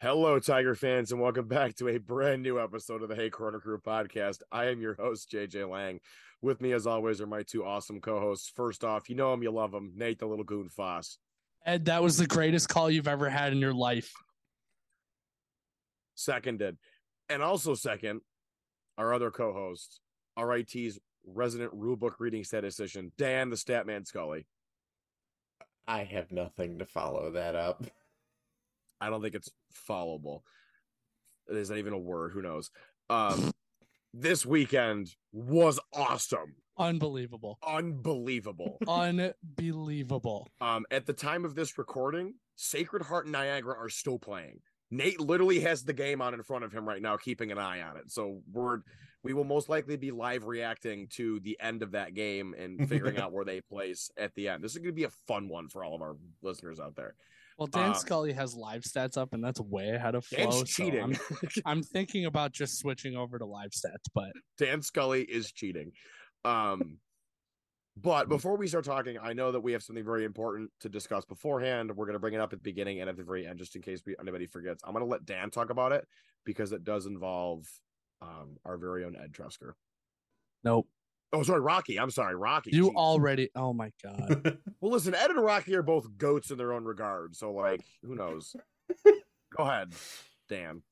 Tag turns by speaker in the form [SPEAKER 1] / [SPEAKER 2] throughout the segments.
[SPEAKER 1] Hello, Tiger fans, and welcome back to a brand new episode of the Hey Corner Crew podcast. I am your host, JJ Lang. With me, as always, are my two awesome co hosts. First off, you know him, you love him, Nate the Little Goon Foss.
[SPEAKER 2] Ed, that was the greatest call you've ever had in your life.
[SPEAKER 1] Seconded. And also, second, our other co host, RIT's resident rulebook reading statistician, Dan the Statman Scully.
[SPEAKER 3] I have nothing to follow that up.
[SPEAKER 1] I don't think it's followable. Is that even a word? Who knows? Um, this weekend was awesome,
[SPEAKER 2] Unbelievable.
[SPEAKER 1] unbelievable.
[SPEAKER 2] Unbelievable.
[SPEAKER 1] Um, at the time of this recording, Sacred Heart and Niagara are still playing. Nate literally has the game on in front of him right now, keeping an eye on it. So we're we will most likely be live reacting to the end of that game and figuring out where they place at the end. This is going to be a fun one for all of our listeners out there.
[SPEAKER 2] Well, Dan
[SPEAKER 1] Uh,
[SPEAKER 2] Scully has live stats up, and that's way ahead of flow.
[SPEAKER 1] Dan's
[SPEAKER 2] so
[SPEAKER 1] cheating.
[SPEAKER 2] I'm, I'm thinking about just switching over to live stats, but
[SPEAKER 1] Dan Scully is cheating. Um, but before we start talking, I know that we have something very important to discuss beforehand. We're going to bring it up at the beginning and at the very end, just in case we, anybody forgets. I'm going to let Dan talk about it because it does involve um, our very own Ed Trusker.
[SPEAKER 2] nope.
[SPEAKER 1] Oh, sorry, Rocky. I'm sorry, Rocky.
[SPEAKER 2] You
[SPEAKER 1] Jeez.
[SPEAKER 2] already. Oh my god.
[SPEAKER 1] well, listen, Ed and Rocky are both goats in their own regard. So, like, who knows? Go ahead, Dan.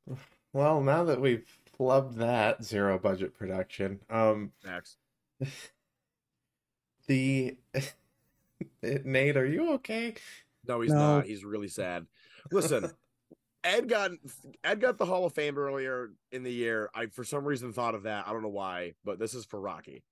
[SPEAKER 3] well, now that we've flubbed that zero budget production, um,
[SPEAKER 1] Next.
[SPEAKER 3] the Nate, are you okay?
[SPEAKER 1] No, he's
[SPEAKER 2] No.
[SPEAKER 1] not. He's really sad. Listen, Ed got Ed got the Hall of Fame earlier in the year. I for some reason thought of that. I don't know why, but this is for Rocky.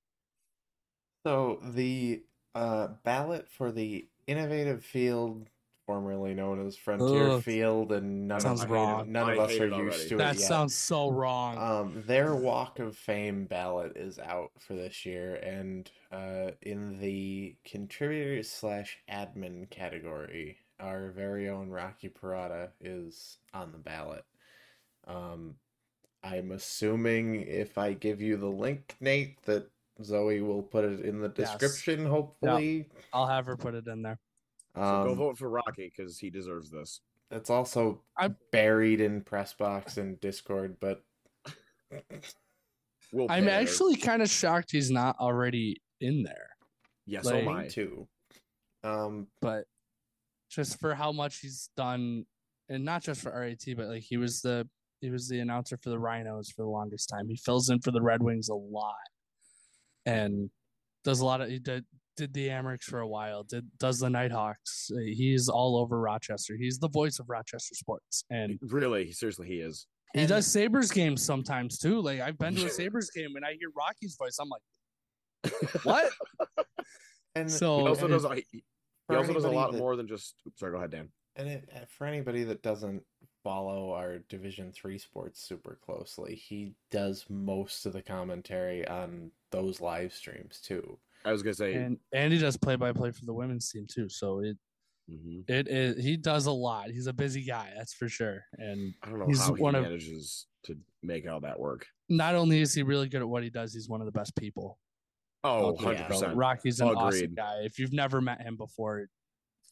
[SPEAKER 3] So the uh, ballot for the innovative field, formerly known as Frontier
[SPEAKER 2] Ugh.
[SPEAKER 3] Field, and none
[SPEAKER 2] Sounds
[SPEAKER 3] of
[SPEAKER 2] wrong.
[SPEAKER 3] none of
[SPEAKER 1] I
[SPEAKER 3] us
[SPEAKER 1] hate
[SPEAKER 3] are
[SPEAKER 1] it already.
[SPEAKER 3] used to it
[SPEAKER 2] That
[SPEAKER 3] yet.
[SPEAKER 2] sounds so wrong.
[SPEAKER 3] Um, their Walk of Fame ballot is out for this year, and uh, in the contributors slash admin category, our very own Rocky Parada is on the ballot. Um, I'm assuming if I give you the link, Nate, that Zoe will put it in the
[SPEAKER 2] Yes.
[SPEAKER 3] description, hopefully.
[SPEAKER 2] I'll have her put it in there.
[SPEAKER 1] So go
[SPEAKER 3] Um,
[SPEAKER 1] vote for Rocky because he deserves this.
[SPEAKER 3] it's also
[SPEAKER 2] I'm-
[SPEAKER 3] buried in Pressbox and Discord, but
[SPEAKER 1] We'll
[SPEAKER 2] I'm
[SPEAKER 1] pay her.
[SPEAKER 2] actually kind of shocked he's not already in there,
[SPEAKER 1] yes,
[SPEAKER 2] like-
[SPEAKER 1] oh
[SPEAKER 3] me
[SPEAKER 1] my.
[SPEAKER 3] too. Um,
[SPEAKER 2] but just for how much he's done, and not just for RAT, but like he was the he was the announcer for the Rhinos for the longest time. He fills in for the Red Wings a lot, and does a lot of he did did the Amherst for a while. Did does the Nighthawks? He's all over Rochester. He's the voice of Rochester sports, and
[SPEAKER 1] Really, seriously, he is.
[SPEAKER 2] He
[SPEAKER 3] And-
[SPEAKER 2] does Sabres games sometimes too. Like I've been to a Sabres game and I hear Rocky's voice. I'm like, what?
[SPEAKER 3] and
[SPEAKER 2] So-
[SPEAKER 1] He
[SPEAKER 2] Oh,
[SPEAKER 1] also
[SPEAKER 3] and
[SPEAKER 1] does. He, he
[SPEAKER 3] for
[SPEAKER 1] also does a
[SPEAKER 3] anybody
[SPEAKER 1] lot
[SPEAKER 3] that-
[SPEAKER 1] more than just. Sorry, go ahead, Dan.
[SPEAKER 3] And it, uh, for anybody that doesn't follow our Division Three sports super closely, he does most of the commentary on those live streams too.
[SPEAKER 1] I was gonna say.
[SPEAKER 2] and and he does play by play for the women's team too. So it
[SPEAKER 1] mhm.
[SPEAKER 2] it is he does a lot. He's a busy guy, that's for sure. And
[SPEAKER 1] I don't know
[SPEAKER 2] He's
[SPEAKER 1] how he
[SPEAKER 2] one of-
[SPEAKER 1] manages to make all that work.
[SPEAKER 2] not only is he really good at what he does, he's one of the best people.
[SPEAKER 1] Oh,
[SPEAKER 2] out there.
[SPEAKER 1] 100
[SPEAKER 2] So
[SPEAKER 1] percent.
[SPEAKER 2] Rocky's an awesome
[SPEAKER 1] Agreed.
[SPEAKER 2] guy. If you've never met him before,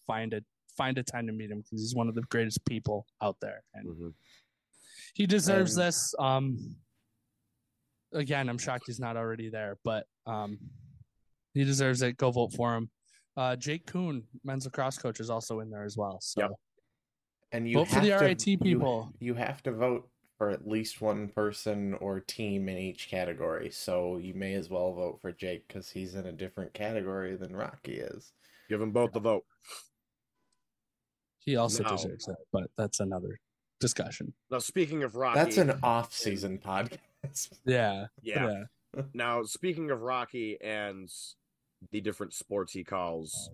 [SPEAKER 2] find a find a time to meet him because he's one of the greatest people out there. And
[SPEAKER 1] Mm. Mm-hmm.
[SPEAKER 2] he deserves
[SPEAKER 3] And-
[SPEAKER 2] this. Um, again, I'm shocked he's not already there, but um, he deserves it. Go vote for him. Uh, Jake Kuhn, men's lacrosse coach, is also in there as well. So
[SPEAKER 1] Yep.
[SPEAKER 3] And you
[SPEAKER 2] Vote for
[SPEAKER 3] have
[SPEAKER 2] the
[SPEAKER 3] to,
[SPEAKER 2] RIT
[SPEAKER 3] you-
[SPEAKER 2] people.
[SPEAKER 3] You, have to vote for at least one person or team in each category. So you may as well vote for Jake because he's in a different category than Rocky is.
[SPEAKER 1] Give them both the vote.
[SPEAKER 2] he also
[SPEAKER 1] No.
[SPEAKER 2] deserves it, but that's another discussion.
[SPEAKER 1] Now, speaking of Rocky,
[SPEAKER 3] That's an off-season podcast.
[SPEAKER 2] Yeah,
[SPEAKER 1] yeah.
[SPEAKER 2] yeah.
[SPEAKER 1] Now, speaking of Rocky and the different sports he calls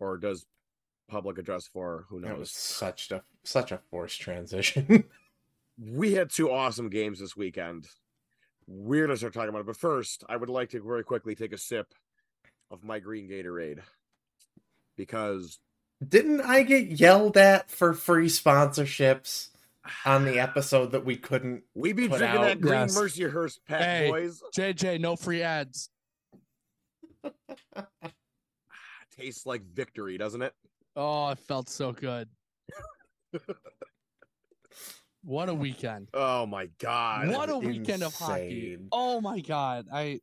[SPEAKER 1] or does public address for, who
[SPEAKER 3] That was
[SPEAKER 1] knows?
[SPEAKER 3] such a such a forced transition.
[SPEAKER 1] We had two awesome games this weekend. We're going to start talking about it. But first, I would like to very quickly take a sip of my green Gatorade because
[SPEAKER 3] Didn't I get yelled at for free sponsorships on the episode that we couldn't?
[SPEAKER 1] we be
[SPEAKER 3] Put
[SPEAKER 1] drinking
[SPEAKER 3] out-
[SPEAKER 1] that green
[SPEAKER 2] Yes.
[SPEAKER 1] Mercyhurst pack,
[SPEAKER 2] Hey.
[SPEAKER 1] boys.
[SPEAKER 2] JJ, no free ads.
[SPEAKER 1] Tastes like victory, doesn't it?
[SPEAKER 2] Oh, it felt so good. What a weekend.
[SPEAKER 1] Oh my god.
[SPEAKER 2] what a weekend of hockey.
[SPEAKER 3] insane.
[SPEAKER 2] Oh my god. I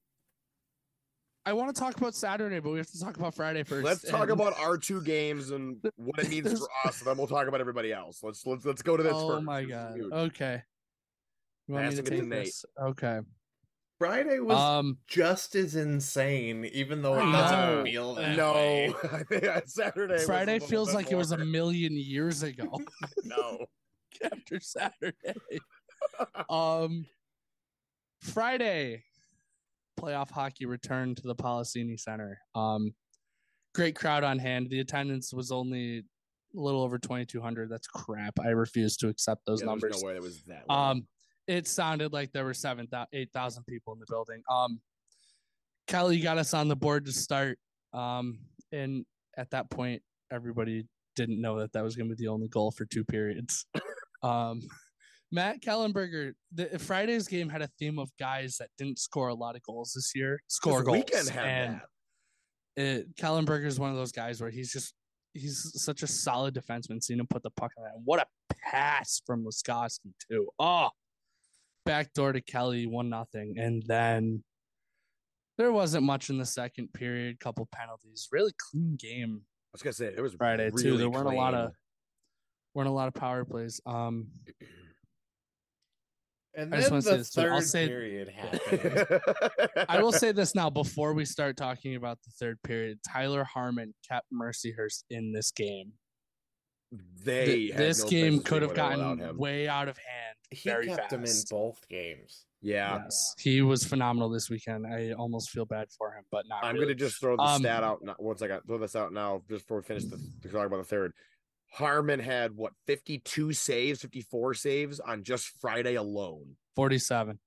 [SPEAKER 2] I want to talk about Saturday, but we have to talk about Friday 1st
[SPEAKER 1] Let's talk
[SPEAKER 2] And-
[SPEAKER 1] about our two games and what it means for us, and then we'll talk about everybody else. Let's let's let's go to this
[SPEAKER 2] Oh
[SPEAKER 1] first.
[SPEAKER 2] my
[SPEAKER 1] This is
[SPEAKER 2] god.
[SPEAKER 1] huge.
[SPEAKER 2] Okay. You want me
[SPEAKER 1] Ask
[SPEAKER 2] to
[SPEAKER 1] it to
[SPEAKER 2] take
[SPEAKER 1] Nate.
[SPEAKER 2] this? Okay.
[SPEAKER 3] Friday was
[SPEAKER 2] Um
[SPEAKER 3] just as insane, even though it
[SPEAKER 1] I
[SPEAKER 3] doesn't
[SPEAKER 1] know.
[SPEAKER 3] feel that way.
[SPEAKER 1] No, I think Saturday. was a
[SPEAKER 2] Friday
[SPEAKER 1] little
[SPEAKER 2] feels
[SPEAKER 1] bit
[SPEAKER 2] like it was a
[SPEAKER 1] more.
[SPEAKER 2] million years ago
[SPEAKER 1] no.
[SPEAKER 2] after Saturday. Um Friday playoff hockey returned to the Policini Center. Um great crowd on hand. The attendance was only a little over 2200. That's crap. I refuse to accept those
[SPEAKER 1] Yeah, there's
[SPEAKER 2] numbers.
[SPEAKER 1] No way that was that. low.
[SPEAKER 2] Um, it sounded like there were seven, eight thousand people in the building. Um, Kelly got us on the board to start. Um, and at that point, everybody didn't know that that was going to be the only goal for two periods. um, Matt Kellenberger, the Friday's game had a theme of guys that didn't score a lot of goals this year. Score
[SPEAKER 1] This
[SPEAKER 2] goals.
[SPEAKER 1] Weekend had
[SPEAKER 2] and
[SPEAKER 1] that.
[SPEAKER 2] it, Kellenberger is one of those guys where he's just he's such a solid defenseman. Seeing him put the puck in that, what a pass from Laskowski too. Oh, backdoor to Kelly, one nothing, and then there wasn't much in the second period. Couple penalties, really clean game.
[SPEAKER 1] I was gonna say it was
[SPEAKER 2] Friday, too.
[SPEAKER 1] really
[SPEAKER 2] There weren't a lot
[SPEAKER 1] clean.
[SPEAKER 2] of- Weren't a lot of power plays. Um,
[SPEAKER 3] And
[SPEAKER 2] I just
[SPEAKER 3] then
[SPEAKER 2] wanna say
[SPEAKER 3] the
[SPEAKER 2] this too. I'll
[SPEAKER 3] third
[SPEAKER 2] say-
[SPEAKER 3] period happened.
[SPEAKER 2] I will say this now before we start talking about the third period. Tyler Harmon kept Mercyhurst in this game.
[SPEAKER 1] they
[SPEAKER 2] Th-
[SPEAKER 1] had
[SPEAKER 2] this
[SPEAKER 1] no
[SPEAKER 2] game
[SPEAKER 1] business
[SPEAKER 2] could have
[SPEAKER 1] being winning without
[SPEAKER 2] gotten
[SPEAKER 1] him.
[SPEAKER 2] way out of hand.
[SPEAKER 3] he
[SPEAKER 2] very
[SPEAKER 3] kept him in
[SPEAKER 2] fast.
[SPEAKER 3] both games.
[SPEAKER 1] Yeah,
[SPEAKER 2] Yes, he was phenomenal this weekend. I almost feel bad for him, but not.
[SPEAKER 1] I'm
[SPEAKER 2] really.
[SPEAKER 1] gonna just throw the
[SPEAKER 2] Um,
[SPEAKER 1] stat out now, once I got throw this out now just before we finish the to talk about the third. Harmon had what 52 saves, 54 saves on just Friday alone.
[SPEAKER 2] forty-seven.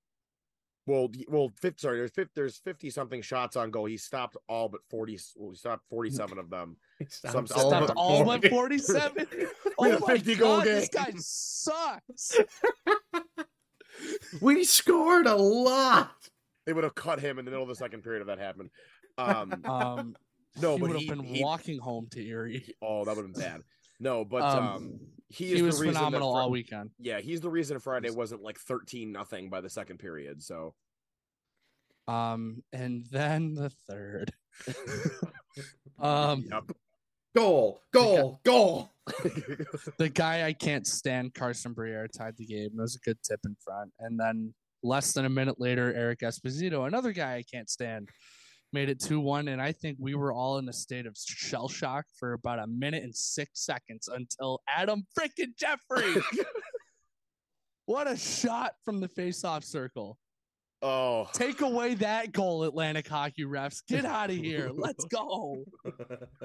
[SPEAKER 1] Well, the- well, fifth, sorry, there's fifth, there's 50 something shots on goal. He stopped all but 40. Well, he stopped 47 of them.
[SPEAKER 3] He
[SPEAKER 1] Some-
[SPEAKER 3] stopped
[SPEAKER 1] all
[SPEAKER 3] all,
[SPEAKER 1] but
[SPEAKER 2] Stopped all but
[SPEAKER 3] 40.
[SPEAKER 2] forty-seven.
[SPEAKER 1] With
[SPEAKER 2] Oh
[SPEAKER 1] a
[SPEAKER 2] my
[SPEAKER 1] 50 goal
[SPEAKER 2] god, this
[SPEAKER 1] game.
[SPEAKER 2] guy sucks.
[SPEAKER 3] We scored a lot.
[SPEAKER 1] They would have cut him in the middle of the second period if that happened. Um,
[SPEAKER 2] Um,
[SPEAKER 1] No,
[SPEAKER 2] he
[SPEAKER 1] but
[SPEAKER 2] would have
[SPEAKER 1] he-
[SPEAKER 2] been
[SPEAKER 1] he-
[SPEAKER 2] walking home to Erie.
[SPEAKER 1] oh, that would have been bad. No, but um,
[SPEAKER 2] Um,
[SPEAKER 1] he
[SPEAKER 2] He,
[SPEAKER 1] is the
[SPEAKER 2] was
[SPEAKER 1] reason that
[SPEAKER 2] phenomenal
[SPEAKER 1] Fri-
[SPEAKER 2] all weekend.
[SPEAKER 1] Yeah, he's the reason Friday wasn't like 13 nothing by the second period. So
[SPEAKER 2] Um, and then the third. um,
[SPEAKER 1] Yep.
[SPEAKER 3] Goal, goal, goal.
[SPEAKER 2] the guy I can't stand, Carson Briere, tied the game. It was a good tip in front. And then less than a minute later, Eric Esposito, another guy I can't stand, made it 2 1. And I think we were all in a state of shell shock for about a minute and six seconds until Adam frickin' Jeffrey. what a shot from the faceoff circle.
[SPEAKER 1] oh,
[SPEAKER 2] Take away that goal, Atlantic hockey refs. Get out of here. Let's go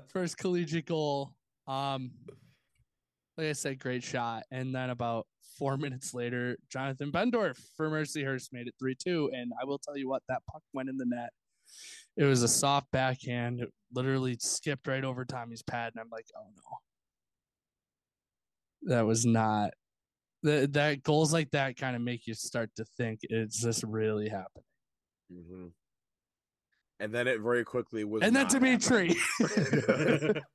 [SPEAKER 2] first collegiate goal. Um, like I said, great shot. And then about four minutes later, Jonathan Bendorf for Mercyhurst made it 3 2. And I will tell you what, that puck went in the net. It was a soft backhand. It literally skipped right over Tommy's pad. And I'm like, oh no. That was not. That, that goals like that kind of make you start to think, is this really happening?
[SPEAKER 1] mhm. and then it very quickly was.
[SPEAKER 2] And then
[SPEAKER 1] not
[SPEAKER 2] Dimitri.
[SPEAKER 1] happening.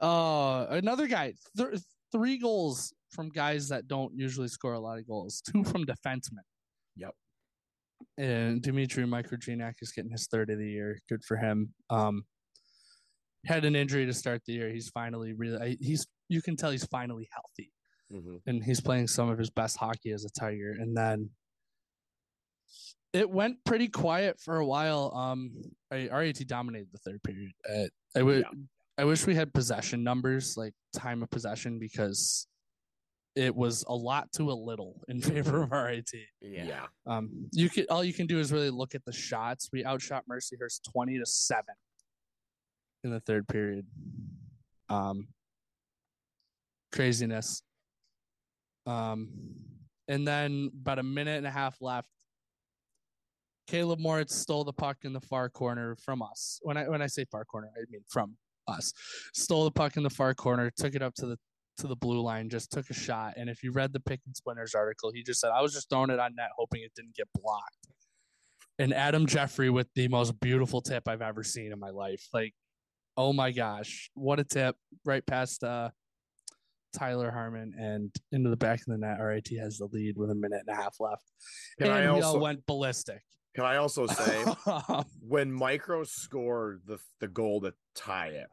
[SPEAKER 2] Uh, another guy, th- three goals from guys that don't usually score a lot of goals, two from defensemen.
[SPEAKER 1] Yep.
[SPEAKER 2] And Dimitri Microgenak is getting his third of the year. Good for him. Um, had an injury to start the year. He's finally really, I- he's, you can tell he's finally healthy
[SPEAKER 1] Mhm.
[SPEAKER 2] and he's playing some of his best hockey as a Tiger. And then it went pretty quiet for a while. Um, I- RAT dominated the third period. Uh, I would,
[SPEAKER 1] Yeah.
[SPEAKER 2] I wish we had possession numbers, like time of possession, because it was a lot to a little in favor of RAT.
[SPEAKER 1] Yeah.
[SPEAKER 3] Yeah.
[SPEAKER 2] Um, you could all you can do is really look at the shots. We outshot Mercyhurst twenty to seven in the third period. Um, craziness. Um, and then about a minute and a half left. Caleb Moritz stole the puck in the far corner from us. When I when I say far corner, I mean from us. Stole the puck in the far corner, took it up to the to the blue line, just took a shot. And if you read the Pick and Splinters article, he just said, I was just throwing it on net, hoping it didn't get blocked. And Adam Jeffrey with the most beautiful tip I've ever seen in my life. Like, oh my gosh, what a tip right past uh, Tyler Harmon, and into the back of the net, RIT has the lead with a minute and a half left.
[SPEAKER 1] Can
[SPEAKER 2] and
[SPEAKER 1] I
[SPEAKER 2] we
[SPEAKER 1] also-
[SPEAKER 2] all went ballistic.
[SPEAKER 1] Can I also say
[SPEAKER 2] Um,
[SPEAKER 1] when Micro scored the the goal to tie it,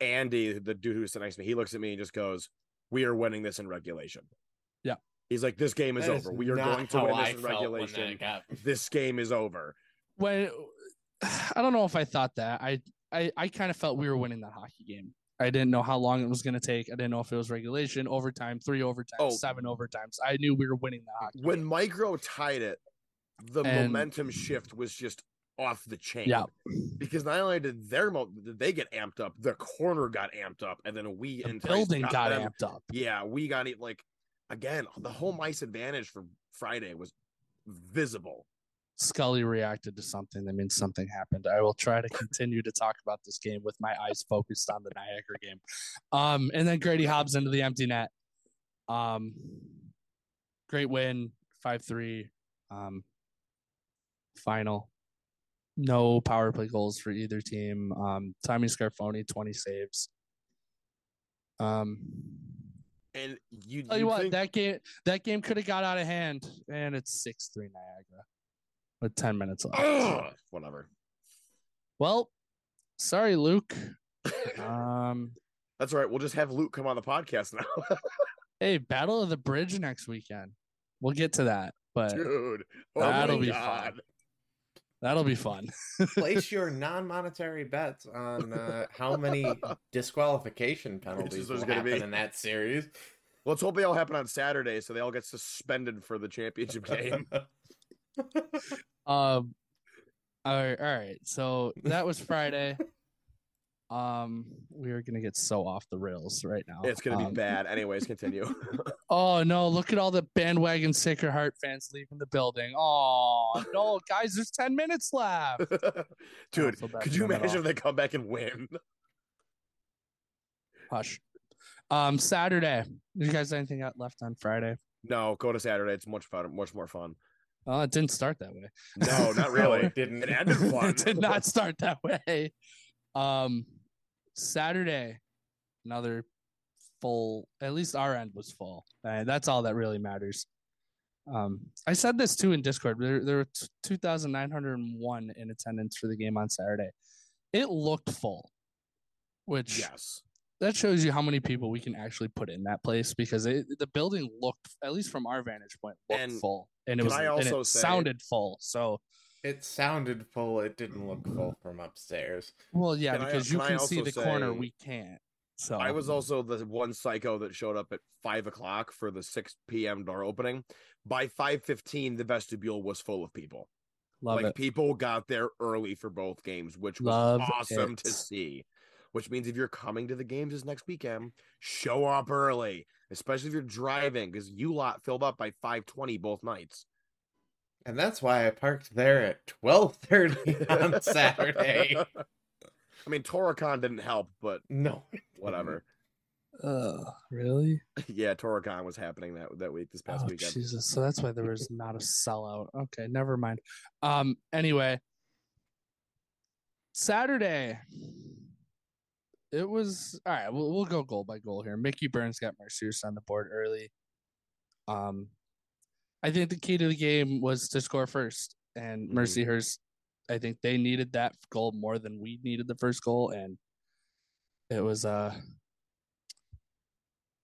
[SPEAKER 1] Andy, the dude who's next to me, he looks at me and just goes, "We are winning this in regulation."
[SPEAKER 2] Yeah.
[SPEAKER 1] he's like, "This game is
[SPEAKER 3] That
[SPEAKER 1] over. We are
[SPEAKER 3] not
[SPEAKER 1] going to
[SPEAKER 3] how
[SPEAKER 1] win
[SPEAKER 3] I
[SPEAKER 1] this in
[SPEAKER 3] felt when
[SPEAKER 1] regulation.
[SPEAKER 3] that got-
[SPEAKER 1] This game is over."
[SPEAKER 2] when I don't know if I thought that. I I, I kind of felt we were winning that hockey game. I didn't know how long it was going to take. I didn't know if it was regulation, overtime, three overtimes,
[SPEAKER 1] Oh.
[SPEAKER 2] seven overtimes. I knew we were winning the hockey.
[SPEAKER 1] When Micro tied it, the
[SPEAKER 2] And-
[SPEAKER 1] momentum shift was just off the chain.
[SPEAKER 2] Yeah.
[SPEAKER 1] because not only did their mo- did they get amped up, the corner got amped up, and then we
[SPEAKER 2] The
[SPEAKER 1] and
[SPEAKER 2] building got amped up.
[SPEAKER 1] yeah, we got it. Like again, the home ice advantage for Friday was visible.
[SPEAKER 2] Scully reacted to something. That means something happened. I will try to continue to talk about this game with my eyes focused on the Niagara game. Um, and then Grady Hobbs into the empty net. Um, great win, five three. Um, final. No power play goals for either team. Um, Tommy Scarfoni, twenty saves. Um,
[SPEAKER 1] And you,
[SPEAKER 2] tell you
[SPEAKER 1] you'd
[SPEAKER 2] what,
[SPEAKER 1] think-
[SPEAKER 2] that game that game could have got out of hand, and it's six three Niagara with ten minutes left.
[SPEAKER 1] Ugh, whatever.
[SPEAKER 2] Well, sorry, Luke. Um,
[SPEAKER 1] That's all right. We'll just have Luke come on the podcast now,
[SPEAKER 2] hey, Battle of the Bridge next weekend. We'll get to that, but
[SPEAKER 1] dude. Oh
[SPEAKER 2] That'll
[SPEAKER 1] my
[SPEAKER 2] be
[SPEAKER 1] God.
[SPEAKER 2] fun. that'll be fun.
[SPEAKER 3] Place your non-monetary bets on uh, how many disqualification penalties
[SPEAKER 1] there's
[SPEAKER 3] will
[SPEAKER 1] gonna
[SPEAKER 3] happen
[SPEAKER 1] be.
[SPEAKER 3] in that series.
[SPEAKER 1] Let's hope they all happen on Saturday, so they all get suspended for the championship game.
[SPEAKER 2] Um, all right, all right. So that was Friday. Um, we are gonna get so off the rails right now.
[SPEAKER 1] it's gonna be
[SPEAKER 2] Um,
[SPEAKER 1] bad. Anyways, continue.
[SPEAKER 2] Oh no! Look at all the bandwagon Sacred Heart fans leaving the building. Oh no, guys! There's ten minutes left.
[SPEAKER 1] dude,
[SPEAKER 2] feel bad
[SPEAKER 1] could
[SPEAKER 2] for
[SPEAKER 1] you
[SPEAKER 2] them at
[SPEAKER 1] imagine
[SPEAKER 2] all.
[SPEAKER 1] if they come back and win?
[SPEAKER 2] Hush. Um, Saturday. You guys have anything got left on Friday?
[SPEAKER 1] No, go to Saturday. It's much fun, much more fun.
[SPEAKER 2] Oh, it didn't start that way.
[SPEAKER 1] No, not really.
[SPEAKER 3] it didn't.
[SPEAKER 1] it ended fun.
[SPEAKER 2] it did not start that way. Um, Saturday, another full. At least our end was full, and that's all that really matters. Um, I said this too in Discord. There, there were t- 2,901 in attendance for the game on Saturday. It looked full, which
[SPEAKER 1] Yes.
[SPEAKER 2] that shows you how many people we can actually put in that place because it, the building looked, at least from our vantage point, looked
[SPEAKER 1] And
[SPEAKER 2] full, and
[SPEAKER 1] can
[SPEAKER 2] it was
[SPEAKER 1] I
[SPEAKER 2] and
[SPEAKER 1] also
[SPEAKER 2] it
[SPEAKER 1] say-
[SPEAKER 2] sounded full. So
[SPEAKER 3] It sounded full. It didn't look full from upstairs.
[SPEAKER 2] Well, yeah,
[SPEAKER 1] Can I-
[SPEAKER 2] because you
[SPEAKER 1] can I
[SPEAKER 2] can see
[SPEAKER 1] also
[SPEAKER 2] the corner,
[SPEAKER 1] say-
[SPEAKER 2] we can't. So
[SPEAKER 1] I was also the one psycho that showed up at five o'clock for the six p.m. door opening. By five fifteen, the vestibule was full of people.
[SPEAKER 2] love
[SPEAKER 1] like
[SPEAKER 2] it.
[SPEAKER 1] people got there early for both games, which was
[SPEAKER 2] Love
[SPEAKER 1] awesome to
[SPEAKER 2] it.
[SPEAKER 1] see. Which means if you're coming to the games this next weekend, show up early, especially if you're driving, because you lot filled up by five twenty both nights.
[SPEAKER 3] And that's why I parked there at 12:30 on Saturday.
[SPEAKER 1] I mean, Toracon didn't help, but
[SPEAKER 3] No.
[SPEAKER 2] Mm-hmm.
[SPEAKER 1] whatever.
[SPEAKER 2] Ugh, really?
[SPEAKER 1] yeah, Toracon was happening that that week this past
[SPEAKER 2] Oh,
[SPEAKER 1] weekend.
[SPEAKER 2] Jesus! So that's why there was not a sellout. Okay, never mind. Um. Anyway, Saturday. It was all right. We'll we'll go goal by goal here. Mickey Burns got Marcius on the board early. Um, I think the key to the game was to score first, and
[SPEAKER 1] Mhm.
[SPEAKER 2] Mercyhurst. I think they needed that goal more than we needed the first goal, and it was uh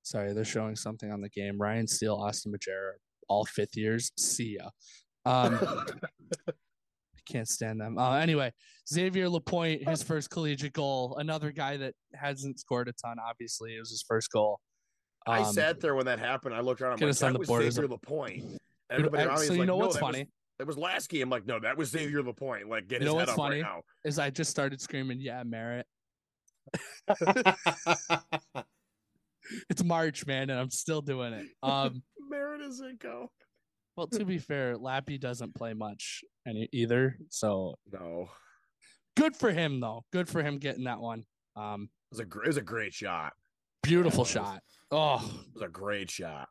[SPEAKER 2] sorry, they're showing something on the game. Ryan Steele, Austin Majera, all fifth years. See ya. Um, I can't stand them. Uh, anyway, Xavier Lapointe, his first collegiate goal. Another guy that hasn't scored a ton. Obviously, it was his first goal.
[SPEAKER 1] I
[SPEAKER 2] Um,
[SPEAKER 1] sat there when that happened. I looked around. I'm
[SPEAKER 2] Get
[SPEAKER 1] like,
[SPEAKER 2] us on
[SPEAKER 1] that
[SPEAKER 2] the
[SPEAKER 1] was
[SPEAKER 2] board as
[SPEAKER 1] Xavier
[SPEAKER 2] a-
[SPEAKER 1] Lapointe. And
[SPEAKER 2] dude,
[SPEAKER 1] Everybody
[SPEAKER 2] I-
[SPEAKER 1] around me
[SPEAKER 2] so
[SPEAKER 1] is
[SPEAKER 2] you
[SPEAKER 1] like,
[SPEAKER 2] know
[SPEAKER 1] no,
[SPEAKER 2] what's
[SPEAKER 1] that was-
[SPEAKER 2] funny
[SPEAKER 1] that was Lasky. I'm like, no, that was Xavier Lapointe. Like, get
[SPEAKER 2] You
[SPEAKER 1] his
[SPEAKER 2] know
[SPEAKER 1] head
[SPEAKER 2] what's
[SPEAKER 1] up
[SPEAKER 2] funny?
[SPEAKER 1] right now.
[SPEAKER 2] is I just started screaming, "Yeah, Merritt, it's March, man," and I'm still doing it. Um,
[SPEAKER 1] Merritt Azinko.
[SPEAKER 2] well, to be fair, Lappy doesn't play much any either, so
[SPEAKER 1] No, it
[SPEAKER 2] good for him though. Good for him getting that one. Um,
[SPEAKER 1] was a gr- it was a great shot.
[SPEAKER 2] beautiful
[SPEAKER 3] was.
[SPEAKER 2] shot. Oh,
[SPEAKER 1] It was a great shot.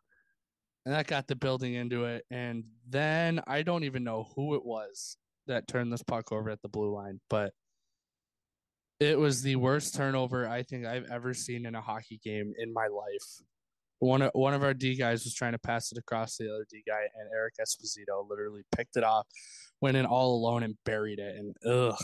[SPEAKER 2] and that got the building into it. And then I don't even know who it was that turned this puck over at the blue line, but It was the worst turnover I think I've ever seen in a hockey game in my life. One of, one of our D guys was trying to pass it across to the other D guy, and Eric Esposito literally picked it off, went in all alone, and buried it. And ugh,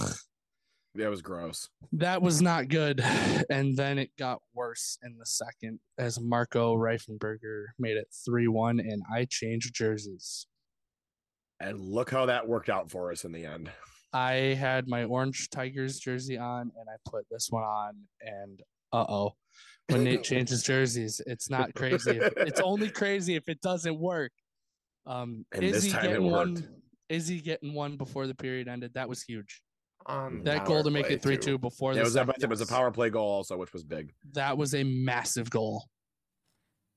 [SPEAKER 1] That was gross.
[SPEAKER 2] that was not good. And then it got worse in the second as Marco Reifenberger made it 3 1, and I changed jerseys.
[SPEAKER 1] And look how that worked out for us in the end.
[SPEAKER 2] I had my orange Tigers jersey on and I put this one on and uh oh. When Nate changes jerseys, it's not crazy. if- it's only crazy if it doesn't work. Um
[SPEAKER 1] And
[SPEAKER 2] Izzy
[SPEAKER 1] this time it
[SPEAKER 2] getting
[SPEAKER 1] worked.
[SPEAKER 2] one Izzy getting one before the period ended. That was huge.
[SPEAKER 3] On
[SPEAKER 2] That
[SPEAKER 3] power
[SPEAKER 2] goal to make
[SPEAKER 3] play,
[SPEAKER 2] it three two
[SPEAKER 3] too.
[SPEAKER 2] before
[SPEAKER 1] It
[SPEAKER 2] the
[SPEAKER 1] was, a,
[SPEAKER 2] second-
[SPEAKER 1] it was a power play goal also, which was big.
[SPEAKER 2] That was a massive goal.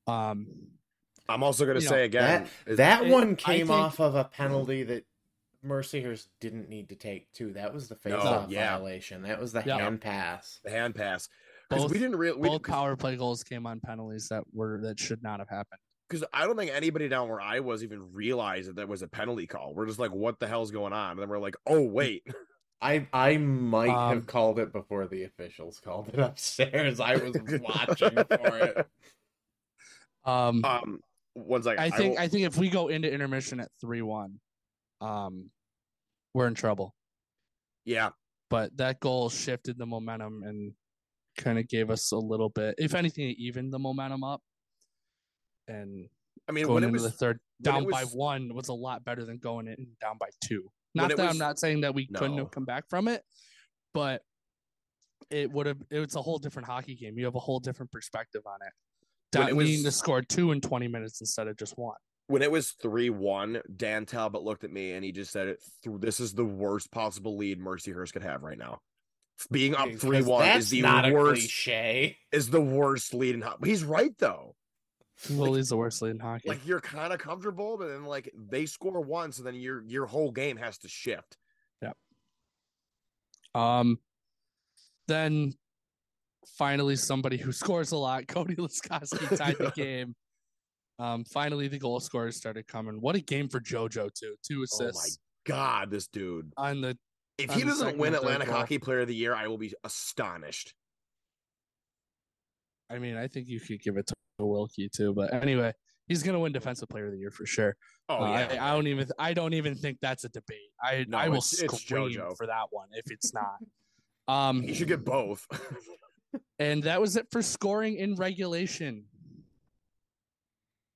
[SPEAKER 2] Um
[SPEAKER 1] I'm also going to
[SPEAKER 2] You
[SPEAKER 1] say
[SPEAKER 2] know,
[SPEAKER 1] again,
[SPEAKER 3] that
[SPEAKER 1] it-
[SPEAKER 3] that
[SPEAKER 2] it- I
[SPEAKER 3] one came
[SPEAKER 2] think-
[SPEAKER 3] off of a penalty that Mercyhurst didn't need to take too. That was the face-off
[SPEAKER 1] yeah.
[SPEAKER 3] violation. That was the
[SPEAKER 2] Yeah.
[SPEAKER 3] hand pass.
[SPEAKER 1] the hand pass because
[SPEAKER 2] both
[SPEAKER 1] we didn't really
[SPEAKER 2] both power play goals came on penalties that were that should not have happened.
[SPEAKER 1] because I don't think anybody down where I was even realized that there was a penalty call. We're just like, what the hell's going on? And then we're like, oh wait,
[SPEAKER 3] I I might
[SPEAKER 2] Um,
[SPEAKER 3] have called it before the officials called it upstairs. I was watching for it.
[SPEAKER 2] Um
[SPEAKER 1] um, one second.
[SPEAKER 2] I think
[SPEAKER 1] will-
[SPEAKER 2] I, think if we go into intermission at three one, um, we're in trouble.
[SPEAKER 1] yeah,
[SPEAKER 2] But that goal shifted the momentum and kind of gave us a little bit. If anything, it evened the momentum up. And
[SPEAKER 1] I mean
[SPEAKER 2] going
[SPEAKER 1] when it was
[SPEAKER 2] into the third,
[SPEAKER 1] when it
[SPEAKER 2] down by
[SPEAKER 1] was-
[SPEAKER 2] one was a lot better than going in down by two.
[SPEAKER 1] When
[SPEAKER 2] Not
[SPEAKER 1] it
[SPEAKER 2] that I'm
[SPEAKER 1] was-
[SPEAKER 2] not saying that we couldn't
[SPEAKER 1] No.
[SPEAKER 2] have come back from it, but it would have. It's a whole different hockey game. You have a whole different perspective on it.
[SPEAKER 1] When
[SPEAKER 2] Down,
[SPEAKER 1] it
[SPEAKER 2] needing to
[SPEAKER 1] was-
[SPEAKER 2] score two in 20 minutes instead of just one.
[SPEAKER 1] when it was three one, Dan Talbot looked at me and he just said, "Th- "This is the worst possible lead Mercyhurst could have right now. Being up
[SPEAKER 3] Because
[SPEAKER 1] three one
[SPEAKER 3] that's
[SPEAKER 1] is the
[SPEAKER 3] not a
[SPEAKER 1] worst
[SPEAKER 3] cliche.
[SPEAKER 1] is the worst lead in hockey." He's right though.
[SPEAKER 2] Lily's the worst lead in hockey.
[SPEAKER 1] Like you're kind of comfortable, but then like they score once, and then your your whole game has to shift.
[SPEAKER 2] Um, then finally, somebody who scores a lot, Cody Laskoski tied the game. Um, finally, the goal scorers started coming. What a game for JoJo too!
[SPEAKER 1] Oh
[SPEAKER 2] Two assists
[SPEAKER 1] God, this dude.
[SPEAKER 2] on the
[SPEAKER 1] If
[SPEAKER 2] On
[SPEAKER 1] he
[SPEAKER 2] the
[SPEAKER 1] doesn't
[SPEAKER 2] second
[SPEAKER 1] win
[SPEAKER 2] and third
[SPEAKER 1] Atlantic
[SPEAKER 2] goal.
[SPEAKER 1] Hockey Player of the Year, I will be astonished.
[SPEAKER 2] I mean, I think you could give it to Wilkie too, but anyway, he's gonna win Defensive Player of the Year for sure.
[SPEAKER 1] Oh
[SPEAKER 2] Uh,
[SPEAKER 1] yeah,
[SPEAKER 2] I, I don't even I don't even think that's a debate. I
[SPEAKER 1] No,
[SPEAKER 2] I will
[SPEAKER 1] it's-
[SPEAKER 2] scream
[SPEAKER 1] it's JoJo.
[SPEAKER 2] for that one if it's not. Um,
[SPEAKER 1] he should get both.
[SPEAKER 2] And that was it for scoring in regulation.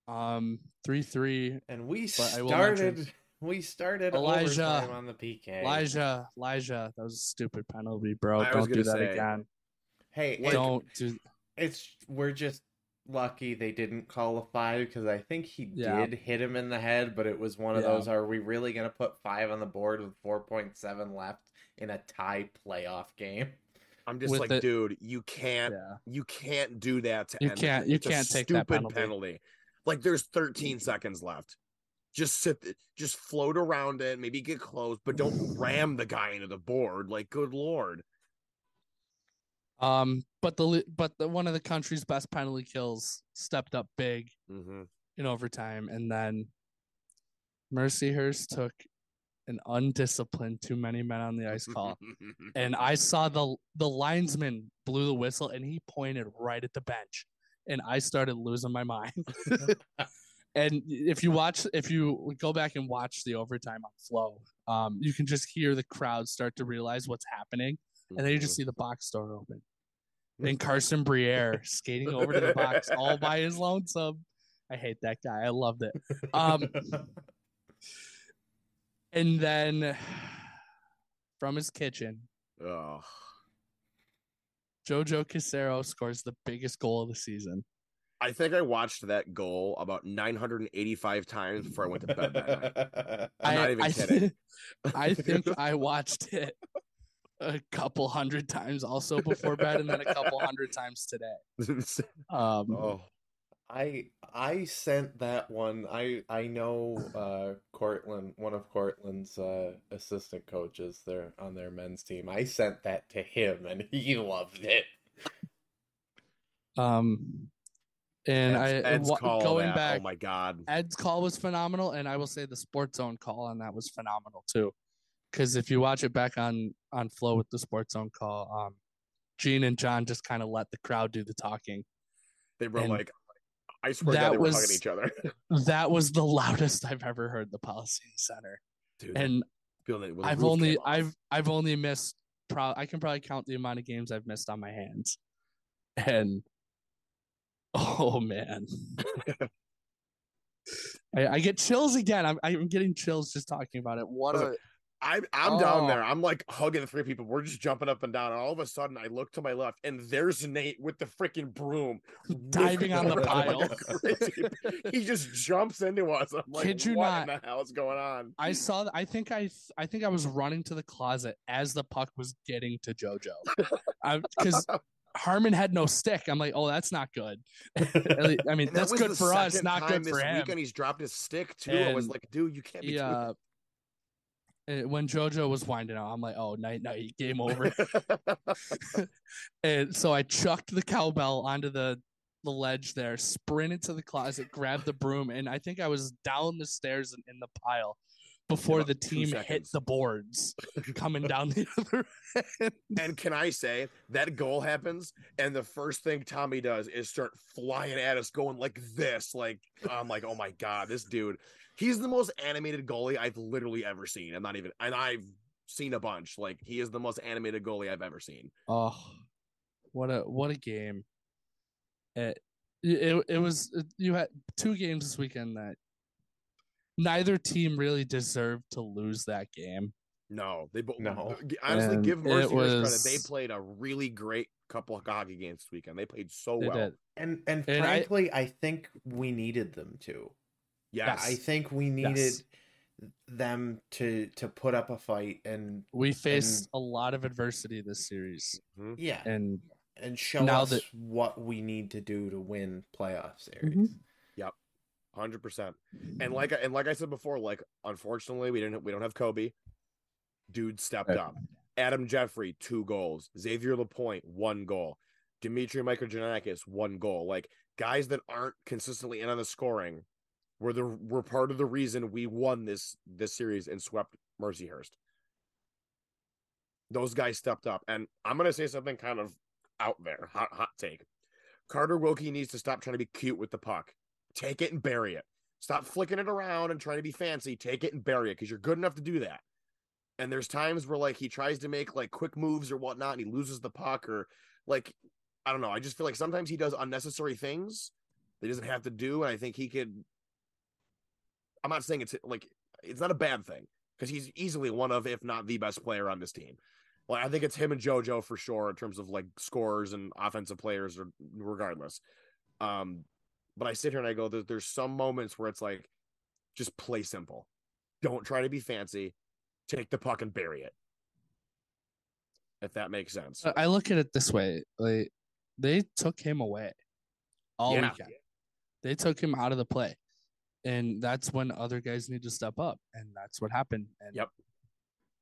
[SPEAKER 2] Um, three three.
[SPEAKER 3] And we
[SPEAKER 2] But I will mention-
[SPEAKER 3] started. We started
[SPEAKER 2] Elijah.
[SPEAKER 3] overtime on the PK.
[SPEAKER 2] Elijah, Elijah, that was a stupid penalty, bro.
[SPEAKER 1] I was
[SPEAKER 2] Don't
[SPEAKER 1] gonna
[SPEAKER 2] do that
[SPEAKER 1] say,
[SPEAKER 2] again.
[SPEAKER 3] Hey, it-
[SPEAKER 2] Don't do.
[SPEAKER 3] it's we're just lucky they didn't call a five because I think he
[SPEAKER 2] Yeah.
[SPEAKER 3] did hit him in the head, but it was one of
[SPEAKER 2] Yeah.
[SPEAKER 3] those. Are we really gonna put five on the board with four point seven left in a tie playoff game?
[SPEAKER 1] I'm just
[SPEAKER 2] With
[SPEAKER 1] like,
[SPEAKER 2] it-
[SPEAKER 1] dude, you can't,
[SPEAKER 2] Yeah,
[SPEAKER 1] you can't do that to
[SPEAKER 2] You
[SPEAKER 1] end
[SPEAKER 2] can't-
[SPEAKER 1] The,
[SPEAKER 2] you
[SPEAKER 1] it's a
[SPEAKER 2] can't take that
[SPEAKER 1] stupid
[SPEAKER 2] penalty. Mm-hmm.
[SPEAKER 1] Like there's 13 seconds left. Just sit, th- just float around it, maybe get close, but don't ram the guy into the board. Like, good lord.
[SPEAKER 2] Um, but the li- but the one of the country's best penalty kills stepped up big
[SPEAKER 1] Mm-hmm.
[SPEAKER 2] in overtime, and then Mercyhurst took an undisciplined too many men on the ice call. and I saw the the linesman blew the whistle and he pointed right at the bench and I started losing my mind. and if you watch if you go back and watch the overtime on flow, um, you can just hear the crowd start to realize what's happening and then you just see the box door open. And Carson Briere skating over to the box all by his lonesome. I hate that guy. I loved it. Um, and then from his kitchen,
[SPEAKER 1] Oh,
[SPEAKER 2] Jojo Casero scores the biggest goal of the season.
[SPEAKER 1] I think I watched that goal about 985 times before I went to bed that night. I'm
[SPEAKER 2] I-
[SPEAKER 1] not even
[SPEAKER 2] I,
[SPEAKER 1] kidding.
[SPEAKER 2] thi- I think I watched it a couple hundred times also before bed, and then a couple hundred times today. Um,
[SPEAKER 1] oh,
[SPEAKER 3] I I sent that one. I I know uh Cortland, one of Cortland's uh assistant coaches there on their men's team. I sent that to him and he loved it.
[SPEAKER 2] um, and I
[SPEAKER 1] Ed's- Ed's
[SPEAKER 2] wa-
[SPEAKER 1] call of
[SPEAKER 2] going
[SPEAKER 1] that,
[SPEAKER 2] back,
[SPEAKER 1] Oh my god,
[SPEAKER 2] Ed's call was phenomenal, and I will say the Sports Zone call on that was phenomenal too. Because if you watch it back on on Flow with the Sports Zone call, um, Gene and John just kind of let the crowd do the talking.
[SPEAKER 1] They were
[SPEAKER 2] And
[SPEAKER 1] like, I swear to
[SPEAKER 2] that
[SPEAKER 1] God, they were hugging
[SPEAKER 2] was-
[SPEAKER 1] each other.
[SPEAKER 2] That was the loudest I've ever heard the Policy Center,
[SPEAKER 1] Dude,
[SPEAKER 2] and
[SPEAKER 1] feeling it when the
[SPEAKER 2] I've
[SPEAKER 1] roof
[SPEAKER 2] only
[SPEAKER 1] came off.
[SPEAKER 2] I've I've only missed pro I can probably count the amount of games I've missed on my hands. And oh man. I, I get chills again. I'm I'm getting chills just talking about it. What
[SPEAKER 1] Listen,
[SPEAKER 2] a
[SPEAKER 1] I'm I'm down
[SPEAKER 2] Oh.
[SPEAKER 1] there. I'm like hugging the three people. We're just jumping up and down. And all of a sudden, I look to my left, and there's Nate with the freaking broom
[SPEAKER 2] Diving on the
[SPEAKER 1] whipping around
[SPEAKER 2] pile.
[SPEAKER 1] like a crazy- he just jumps into us. I'm like,
[SPEAKER 2] Kid you
[SPEAKER 1] what in the hell is going on?
[SPEAKER 2] I saw th- I think I I think I was running to the closet as the puck was getting to JoJo. I cuz Harmon had no stick. I'm like, "Oh, that's not good." At least- I
[SPEAKER 1] And
[SPEAKER 2] mean,
[SPEAKER 1] that
[SPEAKER 2] that's
[SPEAKER 1] was
[SPEAKER 2] good
[SPEAKER 1] the
[SPEAKER 2] for us,
[SPEAKER 1] second
[SPEAKER 2] not
[SPEAKER 1] time
[SPEAKER 2] good for
[SPEAKER 1] this
[SPEAKER 2] him.
[SPEAKER 1] Weekend he's dropped his stick too. I was
[SPEAKER 2] And
[SPEAKER 1] like, dude, you can't be.
[SPEAKER 2] Yeah.
[SPEAKER 1] doing
[SPEAKER 2] uh, uh, when JoJo was winding out, I'm like, oh, night, night, game over. and so I chucked the cowbell onto the, the ledge there, sprinted to the closet, grabbed the broom, and I think I was down the stairs and in the pile before
[SPEAKER 1] about
[SPEAKER 2] the
[SPEAKER 1] two
[SPEAKER 2] team hit
[SPEAKER 1] seconds.
[SPEAKER 2] the boards coming down the other end.
[SPEAKER 1] And can I say that goal happens, and the first thing Tommy does is start flying at us, going like this. Like I'm like, oh my god, this dude, he's the most animated goalie I've literally ever seen. I'm not even, and I've seen a bunch. Like he is the most animated goalie I've ever seen.
[SPEAKER 2] Oh, what a what a game! It it, it was it- you had two games this weekend that neither team really deserved to lose that game.
[SPEAKER 1] No, they both.
[SPEAKER 3] No.
[SPEAKER 1] honestly,
[SPEAKER 2] And
[SPEAKER 1] give
[SPEAKER 2] it
[SPEAKER 1] Mercy credit.
[SPEAKER 2] was-
[SPEAKER 1] They played a really great couple of hockey games this weekend. They played so
[SPEAKER 2] They
[SPEAKER 1] well.
[SPEAKER 2] did.
[SPEAKER 3] and and,
[SPEAKER 2] And I-
[SPEAKER 3] frankly, I... think we needed them to.
[SPEAKER 1] Yes,
[SPEAKER 3] I think we needed them to to put up a fight and
[SPEAKER 2] We faced
[SPEAKER 3] And-
[SPEAKER 2] a lot of adversity this series,
[SPEAKER 1] Mhm.
[SPEAKER 3] yeah
[SPEAKER 2] and
[SPEAKER 3] and show
[SPEAKER 2] now
[SPEAKER 3] us
[SPEAKER 2] that-
[SPEAKER 3] what we need to do to win playoff series.
[SPEAKER 1] hundred percent. And like I- and like I said before, like unfortunately we didn't we don't have Kobe. Dude stepped
[SPEAKER 2] Right.
[SPEAKER 1] up. Adam Jeffrey two goals. Xavier Lapointe one goal. Dimitri Microgenikis one goal. Like guys that aren't consistently in on the scoring were the were part of the reason we won this this series and swept Mercyhurst. Those guys stepped up, and I'm gonna say something kind of out there, hot hot take. Carter Wilkie needs to stop trying to be cute with the puck take it and bury it. Stop flicking it around and trying to be fancy. Take it and bury it because you're good enough to do that. And there's times where like he tries to make like quick moves or whatnot, and he loses the puck or like I don't know. I just feel like sometimes he does unnecessary things that he doesn't have to do, and I think he could. I'm not saying it's like it's not a bad thing because he's easily one of, if not the best player on this team. Like I think it's him and JoJo for sure in terms of like scorers and offensive players, or regardless. Um, but I sit here and I go, there, there's some moments where it's like, just play simple. Don't try to be fancy. Take the puck and bury it. If that makes sense.
[SPEAKER 2] I I look at it this way: like they took him away all
[SPEAKER 1] Yeah.
[SPEAKER 2] weekend. They took him out of the play, and that's when other guys need to step up, and that's what happened. And
[SPEAKER 1] Yep.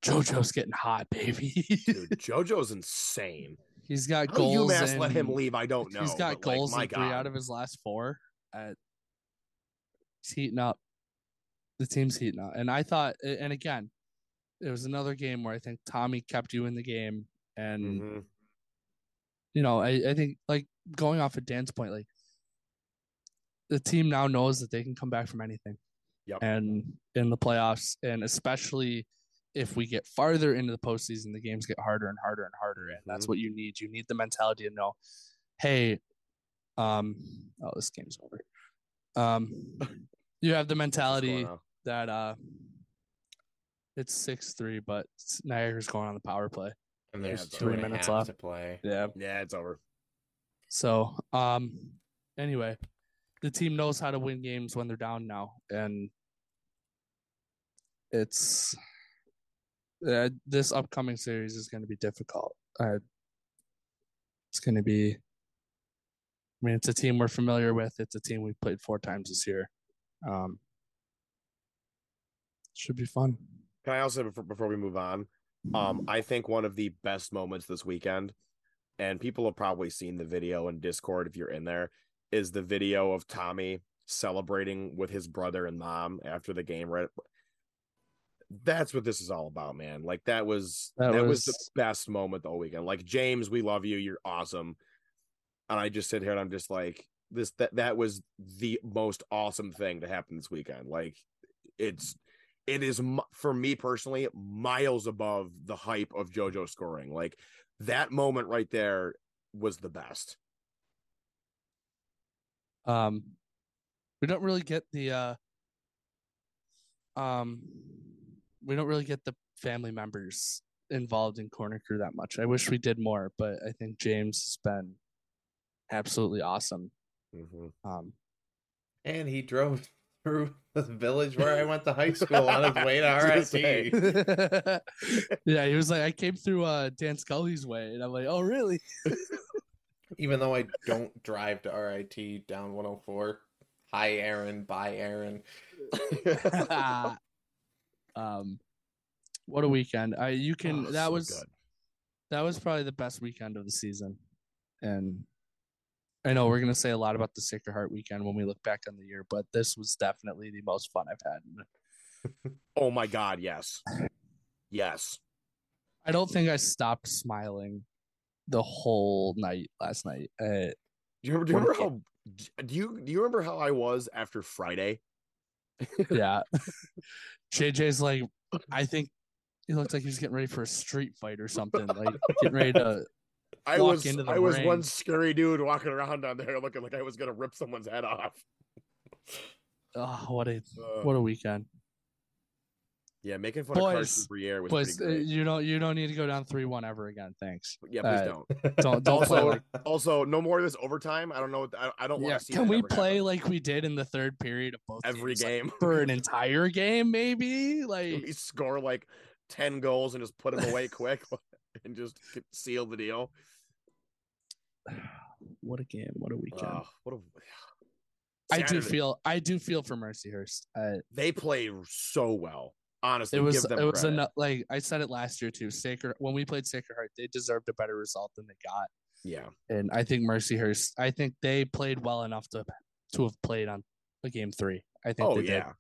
[SPEAKER 2] JoJo's getting hot, baby.
[SPEAKER 1] Dude, JoJo's insane.
[SPEAKER 2] he's got
[SPEAKER 1] How
[SPEAKER 2] goals.
[SPEAKER 1] UMass let him
[SPEAKER 2] in-
[SPEAKER 1] leave, I don't know.
[SPEAKER 2] He's got
[SPEAKER 1] but, like,
[SPEAKER 2] goals
[SPEAKER 1] my
[SPEAKER 2] in three
[SPEAKER 1] God.
[SPEAKER 2] out of his last four. At he's heating up. The team's heating up, and I thought, a- and again, it was another game where I think Tommy kept you in the game, and
[SPEAKER 1] Mhm.
[SPEAKER 2] you know, I, I think like going off at Dan's point, like the team now knows that they can come back from anything.
[SPEAKER 1] Yep.
[SPEAKER 2] And in the playoffs, and especially if we get farther into the postseason, the games get harder and harder and harder. And that's
[SPEAKER 1] Mhm.
[SPEAKER 2] what you need. You need the mentality to know, hey, um, oh, this game's over. Um, you have Mm-hmm. the
[SPEAKER 1] What's going
[SPEAKER 2] mentality
[SPEAKER 1] on?
[SPEAKER 2] that uh, it's six three, but Niagara's going on the power play.
[SPEAKER 3] And there's
[SPEAKER 1] it's
[SPEAKER 3] two
[SPEAKER 2] three
[SPEAKER 3] and a
[SPEAKER 2] minutes
[SPEAKER 3] half
[SPEAKER 2] left.
[SPEAKER 3] to play.
[SPEAKER 2] Yeah,
[SPEAKER 1] Yeah, it's over.
[SPEAKER 2] so, um, anyway, the team knows how to win games when they're down now, and it's uh, this upcoming series is going to be difficult. Uh, it's going to be. I mean, it's a team we're familiar with. It's a team we've played four times this year. Um, should be fun.
[SPEAKER 1] Can I also before, before we move on? Um, I think one of the best moments this weekend, and people have probably seen the video in Discord if you're in there, is the video of Tommy celebrating with his brother and mom after the game. Right, that's what this is all about, man. Like that was
[SPEAKER 2] That
[SPEAKER 1] that, was... the
[SPEAKER 2] was-
[SPEAKER 1] best moment all weekend. Like James, we love you. You're awesome. And I just sit here and I'm just like this that that was the most awesome thing to happen this weekend. Like it's it is mi- for me personally miles above the hype of JoJo scoring. Like that moment right there was the best.
[SPEAKER 2] Um, we don't really get the uh, um, we don't really get the family members involved in Corner Crew that much. I wish we did more, but I think James has been absolutely awesome. Um,
[SPEAKER 3] And he drove through the village where I went to high school on his way to
[SPEAKER 1] I was gonna
[SPEAKER 3] RIT.
[SPEAKER 2] yeah, he was like, I came through uh Dan Scully's way, and I'm like, oh really?
[SPEAKER 3] Even though I don't drive to RIT down 104. Hi, Aaron. Bye, Aaron.
[SPEAKER 2] um, what a weekend! I you can
[SPEAKER 1] Oh,
[SPEAKER 2] that
[SPEAKER 1] so
[SPEAKER 2] was
[SPEAKER 1] good.
[SPEAKER 2] that was probably the best weekend of the season. And I know we're gonna say a lot about the Sacred Heart weekend when we look back on the year, but this was definitely the most fun I've had.
[SPEAKER 1] Oh my god, yes. Yes.
[SPEAKER 2] I don't think I stopped smiling the whole night last night. Uh,
[SPEAKER 1] Do you remember, do you remember
[SPEAKER 2] What-
[SPEAKER 1] how do you do you remember how I was after Friday?
[SPEAKER 2] yeah, JJ's like, I think he looked like he was getting ready for a street fight or something, like getting ready to.
[SPEAKER 1] I
[SPEAKER 2] Walk
[SPEAKER 1] was
[SPEAKER 2] into the
[SPEAKER 1] I was
[SPEAKER 2] ring.
[SPEAKER 1] one scary dude walking around down there looking like I was gonna rip someone's head off.
[SPEAKER 2] Oh, what a
[SPEAKER 1] Uh,
[SPEAKER 2] what a weekend,
[SPEAKER 1] yeah, making fun of
[SPEAKER 2] Boys,
[SPEAKER 1] cars every year was
[SPEAKER 2] boys! uh,
[SPEAKER 1] pretty great.
[SPEAKER 2] You don't you don't need to go down three one ever again. Thanks.
[SPEAKER 1] yeah, please
[SPEAKER 2] uh,
[SPEAKER 1] don't.
[SPEAKER 2] Don't don't play
[SPEAKER 1] Also,
[SPEAKER 2] like
[SPEAKER 1] Also, no more of this overtime. I don't know. what- I, I don't want
[SPEAKER 2] Yeah,
[SPEAKER 1] to see.
[SPEAKER 2] can
[SPEAKER 1] that
[SPEAKER 2] we
[SPEAKER 1] ever
[SPEAKER 2] play
[SPEAKER 1] happen.
[SPEAKER 2] like we did in the third period of both
[SPEAKER 1] every
[SPEAKER 2] games, like,
[SPEAKER 1] game?
[SPEAKER 2] for an entire game, maybe?
[SPEAKER 1] Can
[SPEAKER 2] Like,
[SPEAKER 1] we score like ten goals and just put them away quick and just seal the deal.
[SPEAKER 2] what a game! What a weekend!
[SPEAKER 1] Uh, what a,
[SPEAKER 2] I do
[SPEAKER 1] Saturday,
[SPEAKER 2] feel, I do feel for Mercyhurst. Uh,
[SPEAKER 1] they play so well. Honestly,
[SPEAKER 2] it was,
[SPEAKER 1] give them
[SPEAKER 2] it was
[SPEAKER 1] credit.
[SPEAKER 2] enough. Like I said it last year too. Sacred when we played Sacred Heart, they deserved a better result than they got,
[SPEAKER 1] Yeah,
[SPEAKER 2] and I think Mercyhurst. I think they played well enough to to have played on a game three. I think.
[SPEAKER 1] Oh
[SPEAKER 2] they did.
[SPEAKER 1] yeah.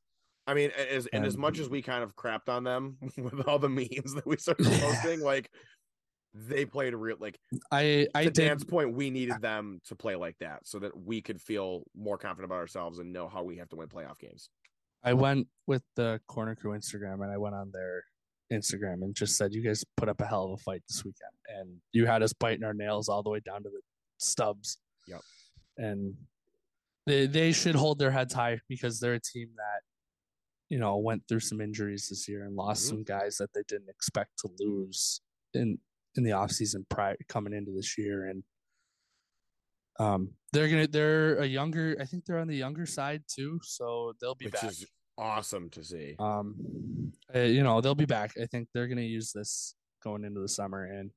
[SPEAKER 1] I mean, a- as and as much as
[SPEAKER 2] Um,
[SPEAKER 1] we kind of crapped on them with all the memes that we started
[SPEAKER 2] Yeah.
[SPEAKER 1] posting, like they played a real like
[SPEAKER 2] I I
[SPEAKER 1] to
[SPEAKER 2] did.
[SPEAKER 1] Dan's point, we needed them to play like that so that we could feel more confident about ourselves and know how we have to win playoff games.
[SPEAKER 2] I went with the Corner Crew Instagram and I went on their Instagram and just said, You guys put up a hell of a fight this weekend. And you had us biting our nails all the way down to the stubs.
[SPEAKER 1] Yep.
[SPEAKER 2] And they, they should hold their heads high because they're a team that, you know, went through some injuries this year and lost
[SPEAKER 1] Mhm.
[SPEAKER 2] some guys that they didn't expect to lose in in the offseason prior coming into this year. And um they're gonna they're a younger I think they're on the younger side too, so they'll be
[SPEAKER 1] which
[SPEAKER 2] back.
[SPEAKER 1] is awesome to see.
[SPEAKER 2] Um, uh, you know, they'll be back. I think they're going to use this going into the summer, and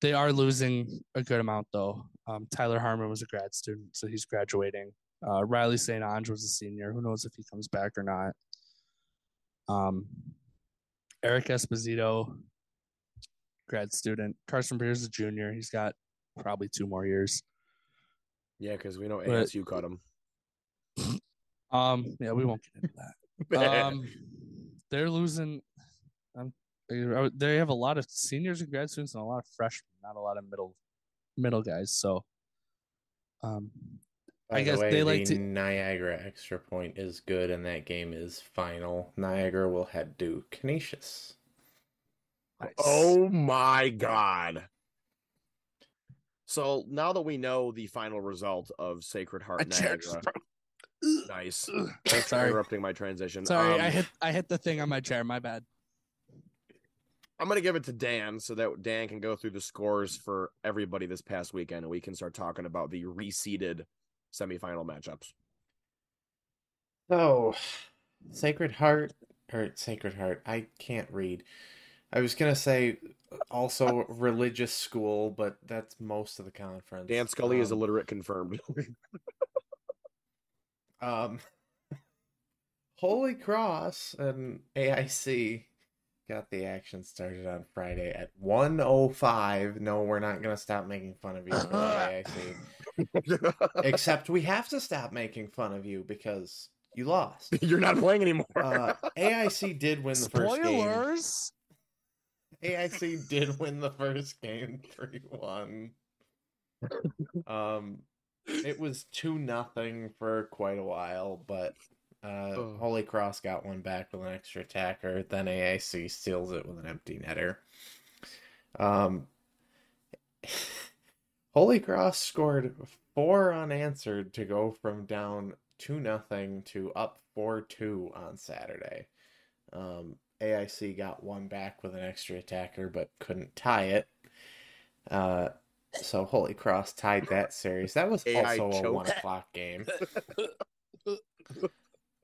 [SPEAKER 2] they are losing a good amount though. Um, Tyler Harmon was a grad student, so he's graduating. Uh, Riley St. Ange was a senior. Who knows if he comes back or not? Um, Eric Esposito, grad student. Carson Beers is a junior. He's got probably two more years.
[SPEAKER 1] yeah, because we know
[SPEAKER 2] but-
[SPEAKER 1] ASU cut them.
[SPEAKER 2] Um, yeah, we won't get into that. um, they're losing. Um, they- they have a lot of seniors and grad students and a lot of freshmen, not a lot of middle middle guys. So, um,
[SPEAKER 3] By
[SPEAKER 2] I
[SPEAKER 3] the
[SPEAKER 2] guess
[SPEAKER 3] way,
[SPEAKER 2] they like
[SPEAKER 3] the
[SPEAKER 2] to-
[SPEAKER 3] Niagara extra point is good, and that game is final. Niagara will head to Canisius.
[SPEAKER 1] Oh my god. So now that we know the final result of Sacred Heart Niagara, nice. Thanks for
[SPEAKER 2] Oh, Sorry,
[SPEAKER 1] interrupting my transition.
[SPEAKER 2] sorry, I
[SPEAKER 1] Um,
[SPEAKER 2] hit I hit the thing on my chair. My bad.
[SPEAKER 1] I'm gonna give it to Dan so that Dan can go through the scores for everybody this past weekend, and we can start talking about the reseeded semifinal matchups.
[SPEAKER 3] So, Sacred Heart or Sacred Heart? I can't read. I was gonna say also religious school, but that's most of the conference.
[SPEAKER 1] Dan Scully is
[SPEAKER 3] Um,
[SPEAKER 1] illiterate confirmed.
[SPEAKER 3] Um, Holy Cross and AIC got the action started on Friday at 105. No, we're not going to stop making fun of you, for AIC. Except we have to stop making fun of you because You lost.
[SPEAKER 1] You're not playing anymore.
[SPEAKER 3] Uh, AIC did win the first game.
[SPEAKER 2] Spoilers.
[SPEAKER 3] AIC did win the first game 3 1. Um, it was 2 nothing for quite a while, but uh,
[SPEAKER 1] Oh.
[SPEAKER 3] Holy Cross got one back with an extra attacker. Then AIC steals it with an empty netter. Um, Holy Cross scored four unanswered to go from down 2 nothing to up 4 2 on Saturday. Um, AIC got one back with an extra attacker but couldn't tie it. Uh, so Holy Cross tied that series. That was
[SPEAKER 1] AI
[SPEAKER 3] also a
[SPEAKER 1] choke.
[SPEAKER 3] 1 o'clock game.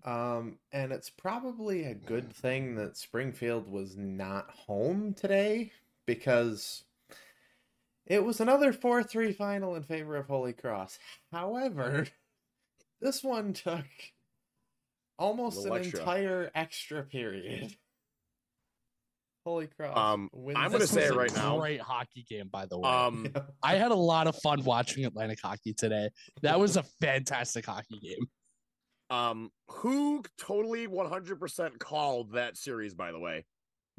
[SPEAKER 3] Um, and it's probably a good thing that Springfield was not home today because it was another 4 3 final in favor of Holy Cross. However, this one took almost
[SPEAKER 1] Little
[SPEAKER 3] an
[SPEAKER 1] extra.
[SPEAKER 3] entire extra period. Holy Cross.
[SPEAKER 1] Um,
[SPEAKER 3] wins
[SPEAKER 1] I'm
[SPEAKER 2] This
[SPEAKER 1] gonna say
[SPEAKER 2] was
[SPEAKER 1] it
[SPEAKER 2] a
[SPEAKER 1] right now.
[SPEAKER 2] Great hockey game, by the way.
[SPEAKER 1] um,
[SPEAKER 2] I had a lot of fun watching Atlantic hockey today. That was a fantastic hockey game.
[SPEAKER 1] um, who totally 100% called that series? By the way,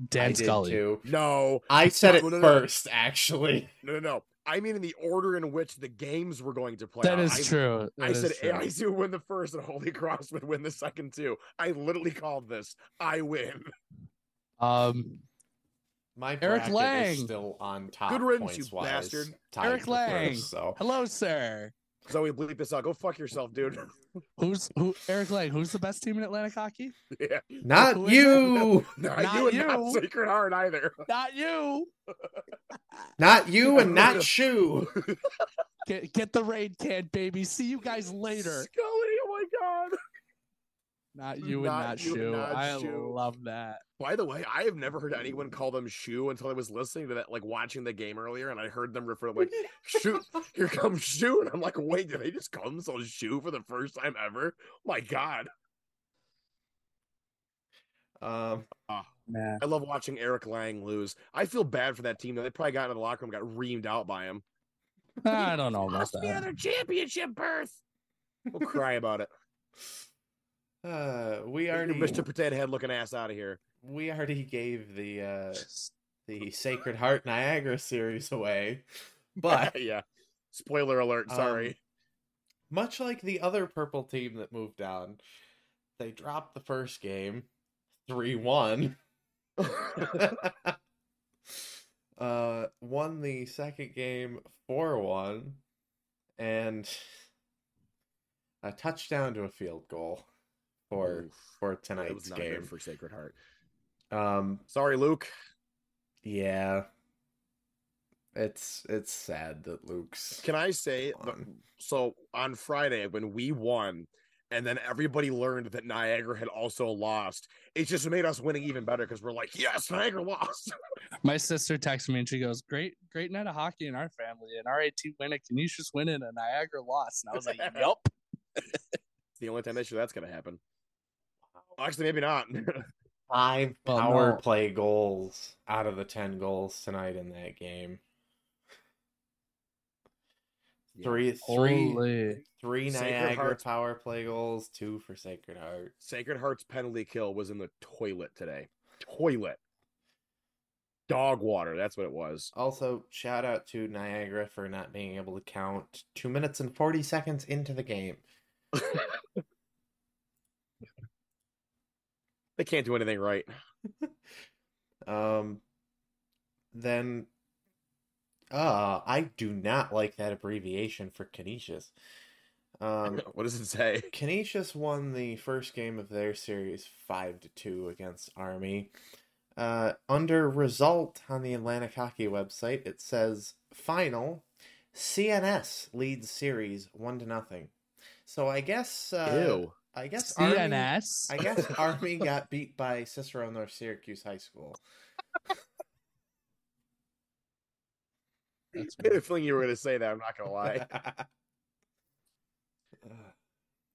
[SPEAKER 2] Dan
[SPEAKER 3] I did
[SPEAKER 2] Scully.
[SPEAKER 3] too.
[SPEAKER 1] no,
[SPEAKER 3] I said it
[SPEAKER 1] No, no, no.
[SPEAKER 3] first, actually.
[SPEAKER 1] no, no, no. I mean, in the order in which the games were going to play.
[SPEAKER 2] That
[SPEAKER 1] out.
[SPEAKER 2] is
[SPEAKER 1] I,
[SPEAKER 2] true. That
[SPEAKER 1] I
[SPEAKER 2] is
[SPEAKER 1] said
[SPEAKER 2] true.
[SPEAKER 1] AIC would win the first, and Holy Cross would win the second too. I literally called this. I win.
[SPEAKER 2] Um,
[SPEAKER 3] My
[SPEAKER 2] Eric
[SPEAKER 3] bracket
[SPEAKER 2] Lang.
[SPEAKER 3] is still on top.
[SPEAKER 1] Good riddance, you
[SPEAKER 3] points-wise,
[SPEAKER 1] bastard.
[SPEAKER 3] tied
[SPEAKER 2] Eric
[SPEAKER 3] for first,
[SPEAKER 2] Lang.
[SPEAKER 3] so
[SPEAKER 2] hello, sir.
[SPEAKER 1] Zoe, bleep this out. Go fuck yourself, dude.
[SPEAKER 2] Who's who? Eric Lang. Who's the best team in Atlantic hockey?
[SPEAKER 1] yeah,
[SPEAKER 3] not
[SPEAKER 2] Whoever-
[SPEAKER 3] you,
[SPEAKER 1] not,
[SPEAKER 2] Not
[SPEAKER 1] you and not
[SPEAKER 2] you.
[SPEAKER 1] Sacred Heart either.
[SPEAKER 2] Not you.
[SPEAKER 3] not you, and not you.
[SPEAKER 2] Get, get the raid can, baby. See you guys later.
[SPEAKER 1] Scully, oh my god.
[SPEAKER 2] Not you
[SPEAKER 1] Not
[SPEAKER 2] and not
[SPEAKER 1] you and
[SPEAKER 2] you.
[SPEAKER 1] not
[SPEAKER 2] I
[SPEAKER 1] you.
[SPEAKER 2] love that.
[SPEAKER 1] By the way, I have never heard anyone call them shoe until I was listening to that, like watching the game earlier, and I heard them refer like shoot, here comes shoe, and I'm like, wait, did they just call themselves shoe for the first time ever? My God,
[SPEAKER 3] Um,
[SPEAKER 2] Nah.
[SPEAKER 1] I love watching Eric Lang lose. I feel bad for that team though. They probably got into the locker room, got reamed out by him.
[SPEAKER 2] I don't
[SPEAKER 3] Oh,
[SPEAKER 2] know about
[SPEAKER 1] Lost me
[SPEAKER 2] that.
[SPEAKER 1] another championship berth. We'll cry about it.
[SPEAKER 3] uh, we
[SPEAKER 1] Get your
[SPEAKER 3] already
[SPEAKER 1] Mr. Potato Head looking ass out of here.
[SPEAKER 3] we already gave the uh, the Sacred Heart Niagara series away, but
[SPEAKER 1] yeah. Spoiler alert.
[SPEAKER 3] Um,
[SPEAKER 1] Sorry.
[SPEAKER 3] much like the other purple team that moved down, they dropped the first game 3 1. uh, won the second game 4 1, and a touchdown to a field goal for,
[SPEAKER 1] Oof.
[SPEAKER 3] for
[SPEAKER 1] That
[SPEAKER 3] tonight's
[SPEAKER 1] was not
[SPEAKER 3] game.
[SPEAKER 1] good for Sacred Heart.
[SPEAKER 3] Um,
[SPEAKER 1] Sorry, Luke.
[SPEAKER 3] yeah. It's it's sad that Luke's
[SPEAKER 1] Can I say the-
[SPEAKER 3] gone.
[SPEAKER 1] so on Friday when we won and then everybody learned that Niagara had also lost, it just made us winning even better because we're like, yes, Niagara lost.
[SPEAKER 2] My sister texted me and she goes, "Great, great night of hockey in our family. An RAT win, a Canisius win, and a Niagara loss." And I was like, "Yep."
[SPEAKER 1] It's the only time this year that's gonna happen. Actually, maybe not.
[SPEAKER 3] five
[SPEAKER 2] Well,
[SPEAKER 3] power
[SPEAKER 2] no.
[SPEAKER 3] play goals out of the 10 goals tonight in that game.
[SPEAKER 1] Yeah.
[SPEAKER 3] Three, three,
[SPEAKER 2] Holy.
[SPEAKER 3] three
[SPEAKER 1] Sacred
[SPEAKER 3] Niagara
[SPEAKER 1] Hearts.
[SPEAKER 3] power play goals, two for Sacred Heart.
[SPEAKER 1] Sacred Heart's penalty kill was in the toilet today. Toilet. Dog water. That's what it was.
[SPEAKER 3] Also, shout out to Niagara for not being able to count two minutes and 40 seconds into the game.
[SPEAKER 1] They can't do anything right.
[SPEAKER 3] Um, then, uh, I do not like that abbreviation for Canisius. Um,
[SPEAKER 1] what does it say?
[SPEAKER 3] Canisius won the first game of their series five to two against Army. Uh, under result on the Atlantic Hockey website, it says final CNS leads series one to nothing. So I guess uh,
[SPEAKER 1] Ew.
[SPEAKER 3] I guess Army,
[SPEAKER 2] CNS.
[SPEAKER 3] I guess Army got beat by Cicero North Syracuse High School.
[SPEAKER 2] That's
[SPEAKER 1] I had a feeling you were going to say that. I'm not going to lie.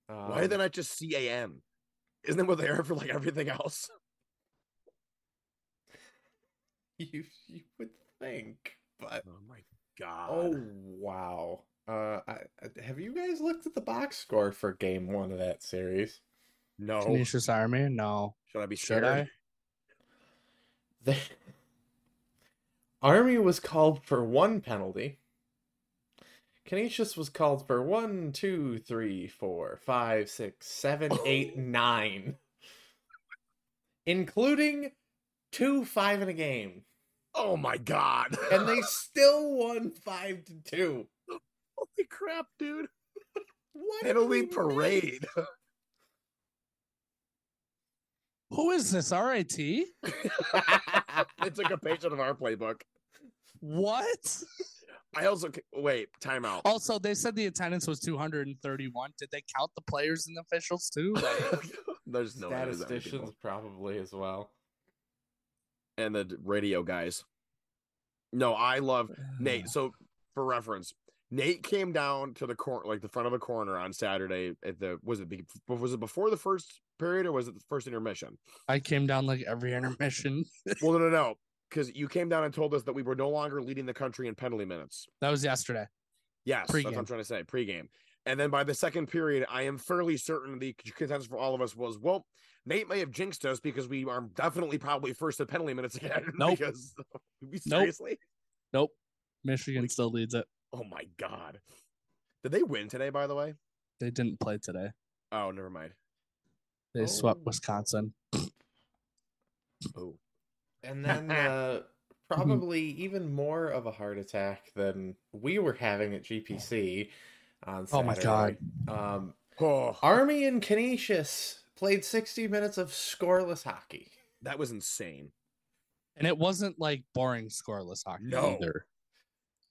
[SPEAKER 1] Why
[SPEAKER 3] Um,
[SPEAKER 1] did they not just CAM? Isn't that what they are for like everything else?
[SPEAKER 3] you you would think, but
[SPEAKER 1] Oh my god.
[SPEAKER 3] Oh wow. Uh, I, I- have you guys looked at the box score for Game One of that series?
[SPEAKER 1] No.
[SPEAKER 2] Tenacious Army? No.
[SPEAKER 1] Should I be
[SPEAKER 2] Should
[SPEAKER 1] scared?
[SPEAKER 2] I?
[SPEAKER 3] The Army was called for one penalty. Canisius was called for one, two, three, four, five, six, seven, eight, nine, Including two five in a game.
[SPEAKER 1] Oh my god.
[SPEAKER 3] And they still won five to two.
[SPEAKER 1] Holy crap, dude.
[SPEAKER 3] What have
[SPEAKER 1] Penalty
[SPEAKER 3] we missed?
[SPEAKER 1] parade.
[SPEAKER 2] Who is this? RIT?
[SPEAKER 1] They took a page out of our playbook.
[SPEAKER 2] What?
[SPEAKER 1] I also ca- wait, timeout.
[SPEAKER 2] Also, they said the attendance was 231. Did they count the players and officials too? Like,
[SPEAKER 1] There's no way there's that many
[SPEAKER 3] Statisticians
[SPEAKER 1] people.
[SPEAKER 3] probably as well.
[SPEAKER 1] and the d- radio guys. No, I love Nate. So for reference, Nate came down to the corner, like the front of the corner on Saturday at the was it be- was it before the first period or was it the first intermission?
[SPEAKER 2] I came down like every intermission.
[SPEAKER 1] well, no, no, no, because you came down and told us that we were no longer leading the country in penalty minutes.
[SPEAKER 2] That was yesterday.
[SPEAKER 1] Yes, that's what I'm
[SPEAKER 2] Pre-game.
[SPEAKER 1] trying to say. Pre-game. And then by the second period, I am fairly certain the consensus for all of us was, well, Nate may have jinxed us because we are definitely probably first at penalty minutes again.
[SPEAKER 2] Nope.
[SPEAKER 1] Because we
[SPEAKER 2] Nope.
[SPEAKER 1] seriously?
[SPEAKER 2] Nope. Michigan still leads it.
[SPEAKER 1] Oh my god. Did they win today, by the way?
[SPEAKER 2] They didn't play today.
[SPEAKER 1] Oh, never mind.
[SPEAKER 2] They swept
[SPEAKER 3] Oh.
[SPEAKER 2] Wisconsin.
[SPEAKER 1] Oh.
[SPEAKER 3] And then uh, probably even more of a heart attack than we were having at GPC on
[SPEAKER 2] Oh
[SPEAKER 3] Saturday.
[SPEAKER 2] my God.
[SPEAKER 3] Um,
[SPEAKER 1] Oh,
[SPEAKER 3] Army and Canisius played 60 minutes of scoreless hockey.
[SPEAKER 1] that was insane.
[SPEAKER 2] And it wasn't like boring scoreless hockey
[SPEAKER 1] No.
[SPEAKER 2] either.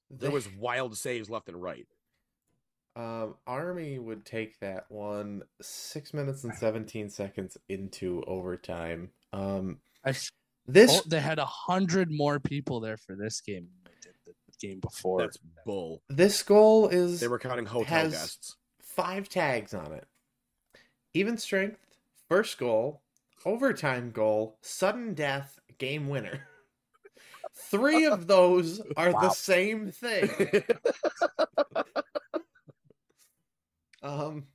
[SPEAKER 1] There
[SPEAKER 3] They-
[SPEAKER 1] was wild saves left and right.
[SPEAKER 3] um, Army would take that one 6 minutes and 17 seconds into overtime. Um,
[SPEAKER 2] I
[SPEAKER 3] this
[SPEAKER 2] oh, they had a hundred more people there for this game than they did the game before.
[SPEAKER 1] That's bull.
[SPEAKER 3] this goal is
[SPEAKER 1] They were counting hotel
[SPEAKER 3] Has-
[SPEAKER 1] guests.
[SPEAKER 3] five tags on it. Even strength, first goal, overtime goal, sudden death, game winner. Three of those are
[SPEAKER 2] Wow.
[SPEAKER 3] the same thing. Um,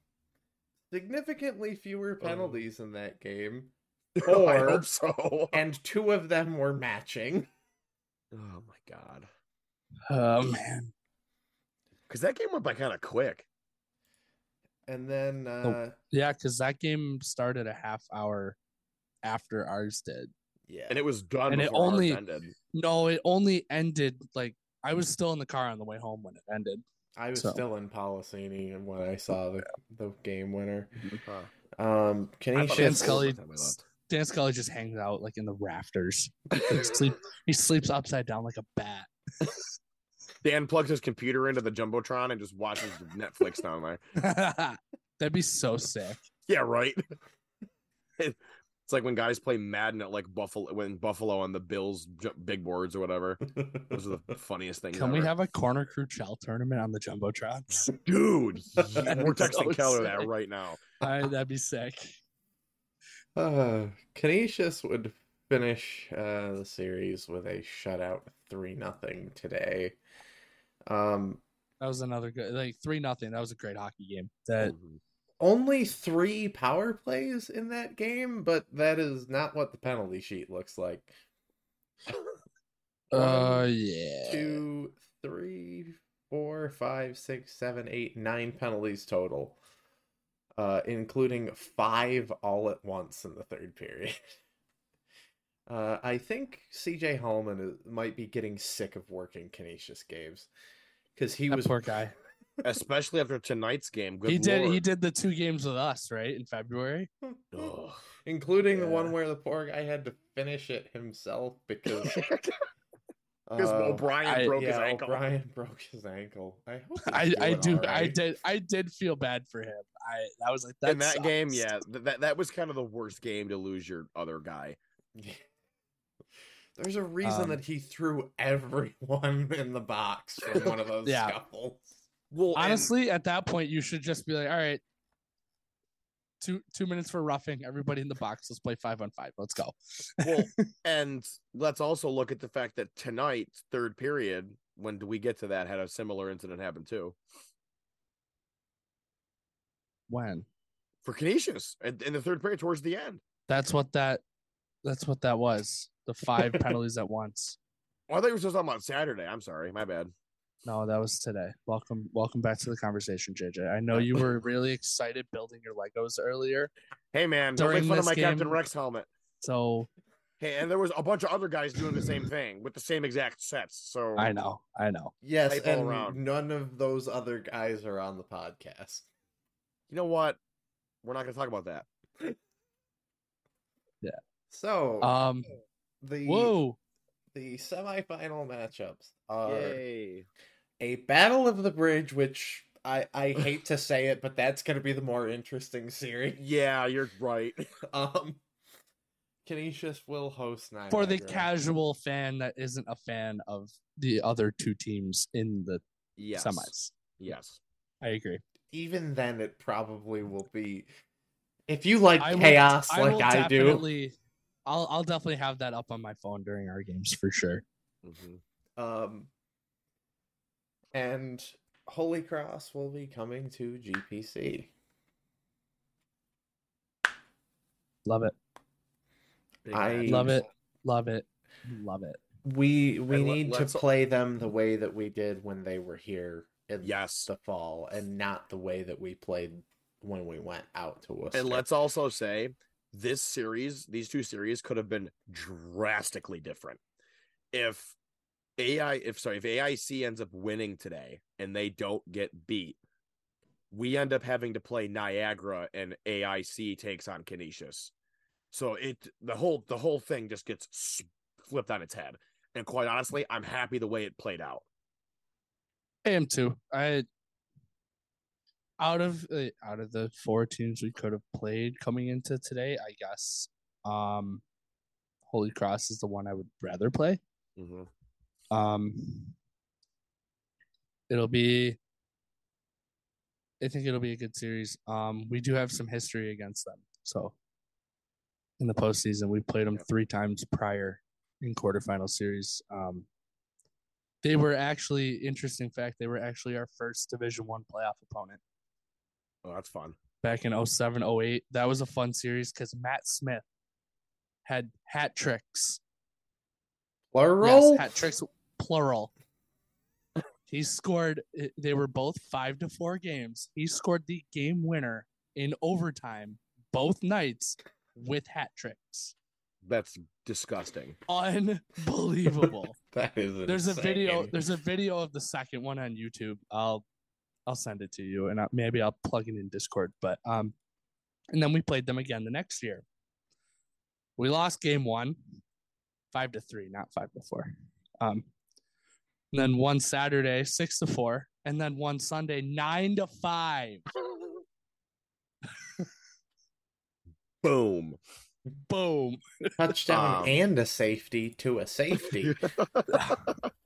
[SPEAKER 3] significantly fewer
[SPEAKER 2] Mm.
[SPEAKER 3] penalties in that game,
[SPEAKER 1] oh, I
[SPEAKER 3] Or-
[SPEAKER 1] hope so. Oh
[SPEAKER 3] and two of them were matching.
[SPEAKER 1] my god.
[SPEAKER 2] oh man.
[SPEAKER 1] Because that game went by kind of quick.
[SPEAKER 3] And then uh,
[SPEAKER 2] Yeah, because that game started a half hour after ours did.
[SPEAKER 3] yeah,
[SPEAKER 1] and it was done
[SPEAKER 2] And it
[SPEAKER 1] before ours
[SPEAKER 2] only-
[SPEAKER 1] ended.
[SPEAKER 2] No, it only ended like I
[SPEAKER 1] Mm.
[SPEAKER 2] was still in the car on the way home when it ended.
[SPEAKER 3] I was
[SPEAKER 2] so-
[SPEAKER 3] still in Policini and when I saw the, the game winner.
[SPEAKER 1] Huh.
[SPEAKER 3] Um,
[SPEAKER 1] Uh, I thought it
[SPEAKER 3] Canisius
[SPEAKER 2] Dan
[SPEAKER 1] was
[SPEAKER 2] Scully-
[SPEAKER 1] over by the time we left.
[SPEAKER 2] Dan Scully just hangs out like in the rafters. He, sleep, he sleeps upside down like a bat.
[SPEAKER 1] Dan plugs his computer into the jumbotron and just watches Netflix down there.
[SPEAKER 2] That'd be so sick.
[SPEAKER 1] Yeah, right. It- it's like when guys play Madden at like Buffalo when Buffalo on the Bills ju- big boards or whatever. Those are the funniest things.
[SPEAKER 2] Can we
[SPEAKER 1] ever.
[SPEAKER 2] have a corner crew chell tournament on the jumbotron?
[SPEAKER 1] dude? yeah, We're texting
[SPEAKER 2] So
[SPEAKER 1] Keller that
[SPEAKER 2] sick.
[SPEAKER 1] right now.
[SPEAKER 2] I, that'd be sick.
[SPEAKER 3] Uh, Canisius would finish uh, the series with a shutout three nothing today. Um,
[SPEAKER 2] That was another good, like three nothing. That was a great hockey game. That
[SPEAKER 1] Mhm.
[SPEAKER 3] only three power plays in that game, but that is not what the penalty sheet looks like.
[SPEAKER 2] uh yeah.
[SPEAKER 3] Two, three, four, five, six, seven, eight, nine penalties total, uh, including five all at once in the third period. Uh, I think C.J. Holman is, might be getting sick of working Canisius games because he
[SPEAKER 2] That
[SPEAKER 3] was
[SPEAKER 2] poor guy.
[SPEAKER 1] Especially after tonight's game. Good
[SPEAKER 2] he did he
[SPEAKER 1] lord.
[SPEAKER 2] did the two games with us, right? In February. Uh,
[SPEAKER 1] Ugh.
[SPEAKER 3] including the one
[SPEAKER 1] Yeah.
[SPEAKER 3] where the poor guy had to finish it himself because
[SPEAKER 1] Because
[SPEAKER 3] uh,
[SPEAKER 1] O'Brien
[SPEAKER 2] I-
[SPEAKER 1] broke his
[SPEAKER 3] yeah,
[SPEAKER 1] ankle.
[SPEAKER 3] O'Brien broke his ankle. I hope
[SPEAKER 2] I,
[SPEAKER 3] he's
[SPEAKER 2] I
[SPEAKER 3] doing
[SPEAKER 2] do
[SPEAKER 3] all
[SPEAKER 2] I
[SPEAKER 3] right.
[SPEAKER 2] did I did feel bad for him. I I was like that
[SPEAKER 1] in that game,
[SPEAKER 2] sucks.
[SPEAKER 1] yeah, th- that that was kind of the worst game to lose your other guy.
[SPEAKER 3] Yeah. There's a reason
[SPEAKER 2] Um,
[SPEAKER 3] that he threw everyone in the box from one of those
[SPEAKER 2] Yeah.
[SPEAKER 3] scuffles.
[SPEAKER 1] Well, and-
[SPEAKER 2] Honestly, at that point, you should just be like, all right, two two minutes for roughing. Everybody in the box. Let's play five on five. Let's go.
[SPEAKER 1] well, and let's also look at the fact that tonight, third period, when do we get to that, had a similar incident happen too.
[SPEAKER 2] When
[SPEAKER 1] for Canisius in, in the third period towards the end.
[SPEAKER 2] That's what that. That's what that was. The five penalties at once.
[SPEAKER 1] Oh, I thought you were supposed to talk about Saturday. I'm sorry, my bad.
[SPEAKER 2] No, that was today. Welcome, welcome back to the conversation, JJ. I know you were really excited building your Legos earlier,
[SPEAKER 1] Hey man, don't
[SPEAKER 2] During
[SPEAKER 1] make fun of
[SPEAKER 2] this
[SPEAKER 1] my Captain
[SPEAKER 2] game-
[SPEAKER 1] Rex helmet.
[SPEAKER 2] so
[SPEAKER 1] Hey, and there was a bunch of other guys doing the same thing with the same exact sets. So
[SPEAKER 2] I know, I know.
[SPEAKER 3] Yes,
[SPEAKER 1] Type all
[SPEAKER 3] and
[SPEAKER 1] around.
[SPEAKER 3] none of those other guys are on the podcast.
[SPEAKER 1] you know what? We're not going to talk about that.
[SPEAKER 3] So
[SPEAKER 2] Um,
[SPEAKER 3] the
[SPEAKER 2] whoa,
[SPEAKER 3] the semifinal matchups
[SPEAKER 1] Uh,
[SPEAKER 3] are
[SPEAKER 1] Yay!
[SPEAKER 3] a battle of the bridge, which I I hate to say it, but that's going to be the more interesting series.
[SPEAKER 1] Yeah, you're right.
[SPEAKER 3] Um, Canisius will host Niagara.
[SPEAKER 2] for the casual fan that isn't a fan of the other two teams in the
[SPEAKER 1] Yes.
[SPEAKER 2] semis,
[SPEAKER 1] Yes.
[SPEAKER 2] I agree.
[SPEAKER 3] Even then, it probably will be. If you like
[SPEAKER 2] I will-
[SPEAKER 3] chaos
[SPEAKER 2] will
[SPEAKER 3] like I do,
[SPEAKER 2] definitely, I'll I'll definitely have that up on my phone during our games for sure.
[SPEAKER 1] Mm-hmm.
[SPEAKER 3] um, and Holy Cross will be coming to GPC.
[SPEAKER 2] Love it,
[SPEAKER 3] I-
[SPEAKER 2] love it, love it, love it.
[SPEAKER 3] We we
[SPEAKER 1] And le-
[SPEAKER 3] need to
[SPEAKER 1] let's-
[SPEAKER 3] play them the way that we did when they were here in
[SPEAKER 1] Yes.
[SPEAKER 3] the fall, and not the way that we played when we went out to Worcester.
[SPEAKER 1] And let's also say this series, these two series could have been drastically different. If AI, if sorry, if AIC ends up winning today and they don't get beat, we end up having to play Niagara and AIC takes on Canisius. So it the whole the whole thing just gets s- flipped on its head. And quite honestly, I'm happy the way it played out.
[SPEAKER 2] I am too. I out of uh, out of the four teams we could have played coming into today, I guess. Um, Holy Cross is the one I would rather play. Mm-hmm. Um, it'll be. I think it'll be a good series. Um, we do have some history against them, so in the postseason we played them
[SPEAKER 1] Yep.
[SPEAKER 2] three times prior in quarterfinal series. Um, they were actually interesting fact. They were actually our first Division One playoff opponent
[SPEAKER 1] Oh, that's fun.
[SPEAKER 2] back in 07, 08. That was a fun series because Matt Smith had hat tricks.
[SPEAKER 3] plural.
[SPEAKER 2] Yes, hat tricks plural. He scored. They were both five to four games. He scored the game winner in overtime both nights with hat tricks.
[SPEAKER 1] That's disgusting.
[SPEAKER 2] Unbelievable.
[SPEAKER 3] That is
[SPEAKER 2] there's a video.
[SPEAKER 3] insane.
[SPEAKER 2] There's a video of the second one on YouTube. I'll I'll send it to you, and I, maybe I'll plug it in Discord. But um, and then we played them again the next year. We lost game one, five to three, not five to four. Um, and then one Saturday, six to four, and then one Sunday, nine to five.
[SPEAKER 1] Boom.
[SPEAKER 2] Boom.
[SPEAKER 3] touchdown
[SPEAKER 1] Um,
[SPEAKER 3] and a safety to a safety.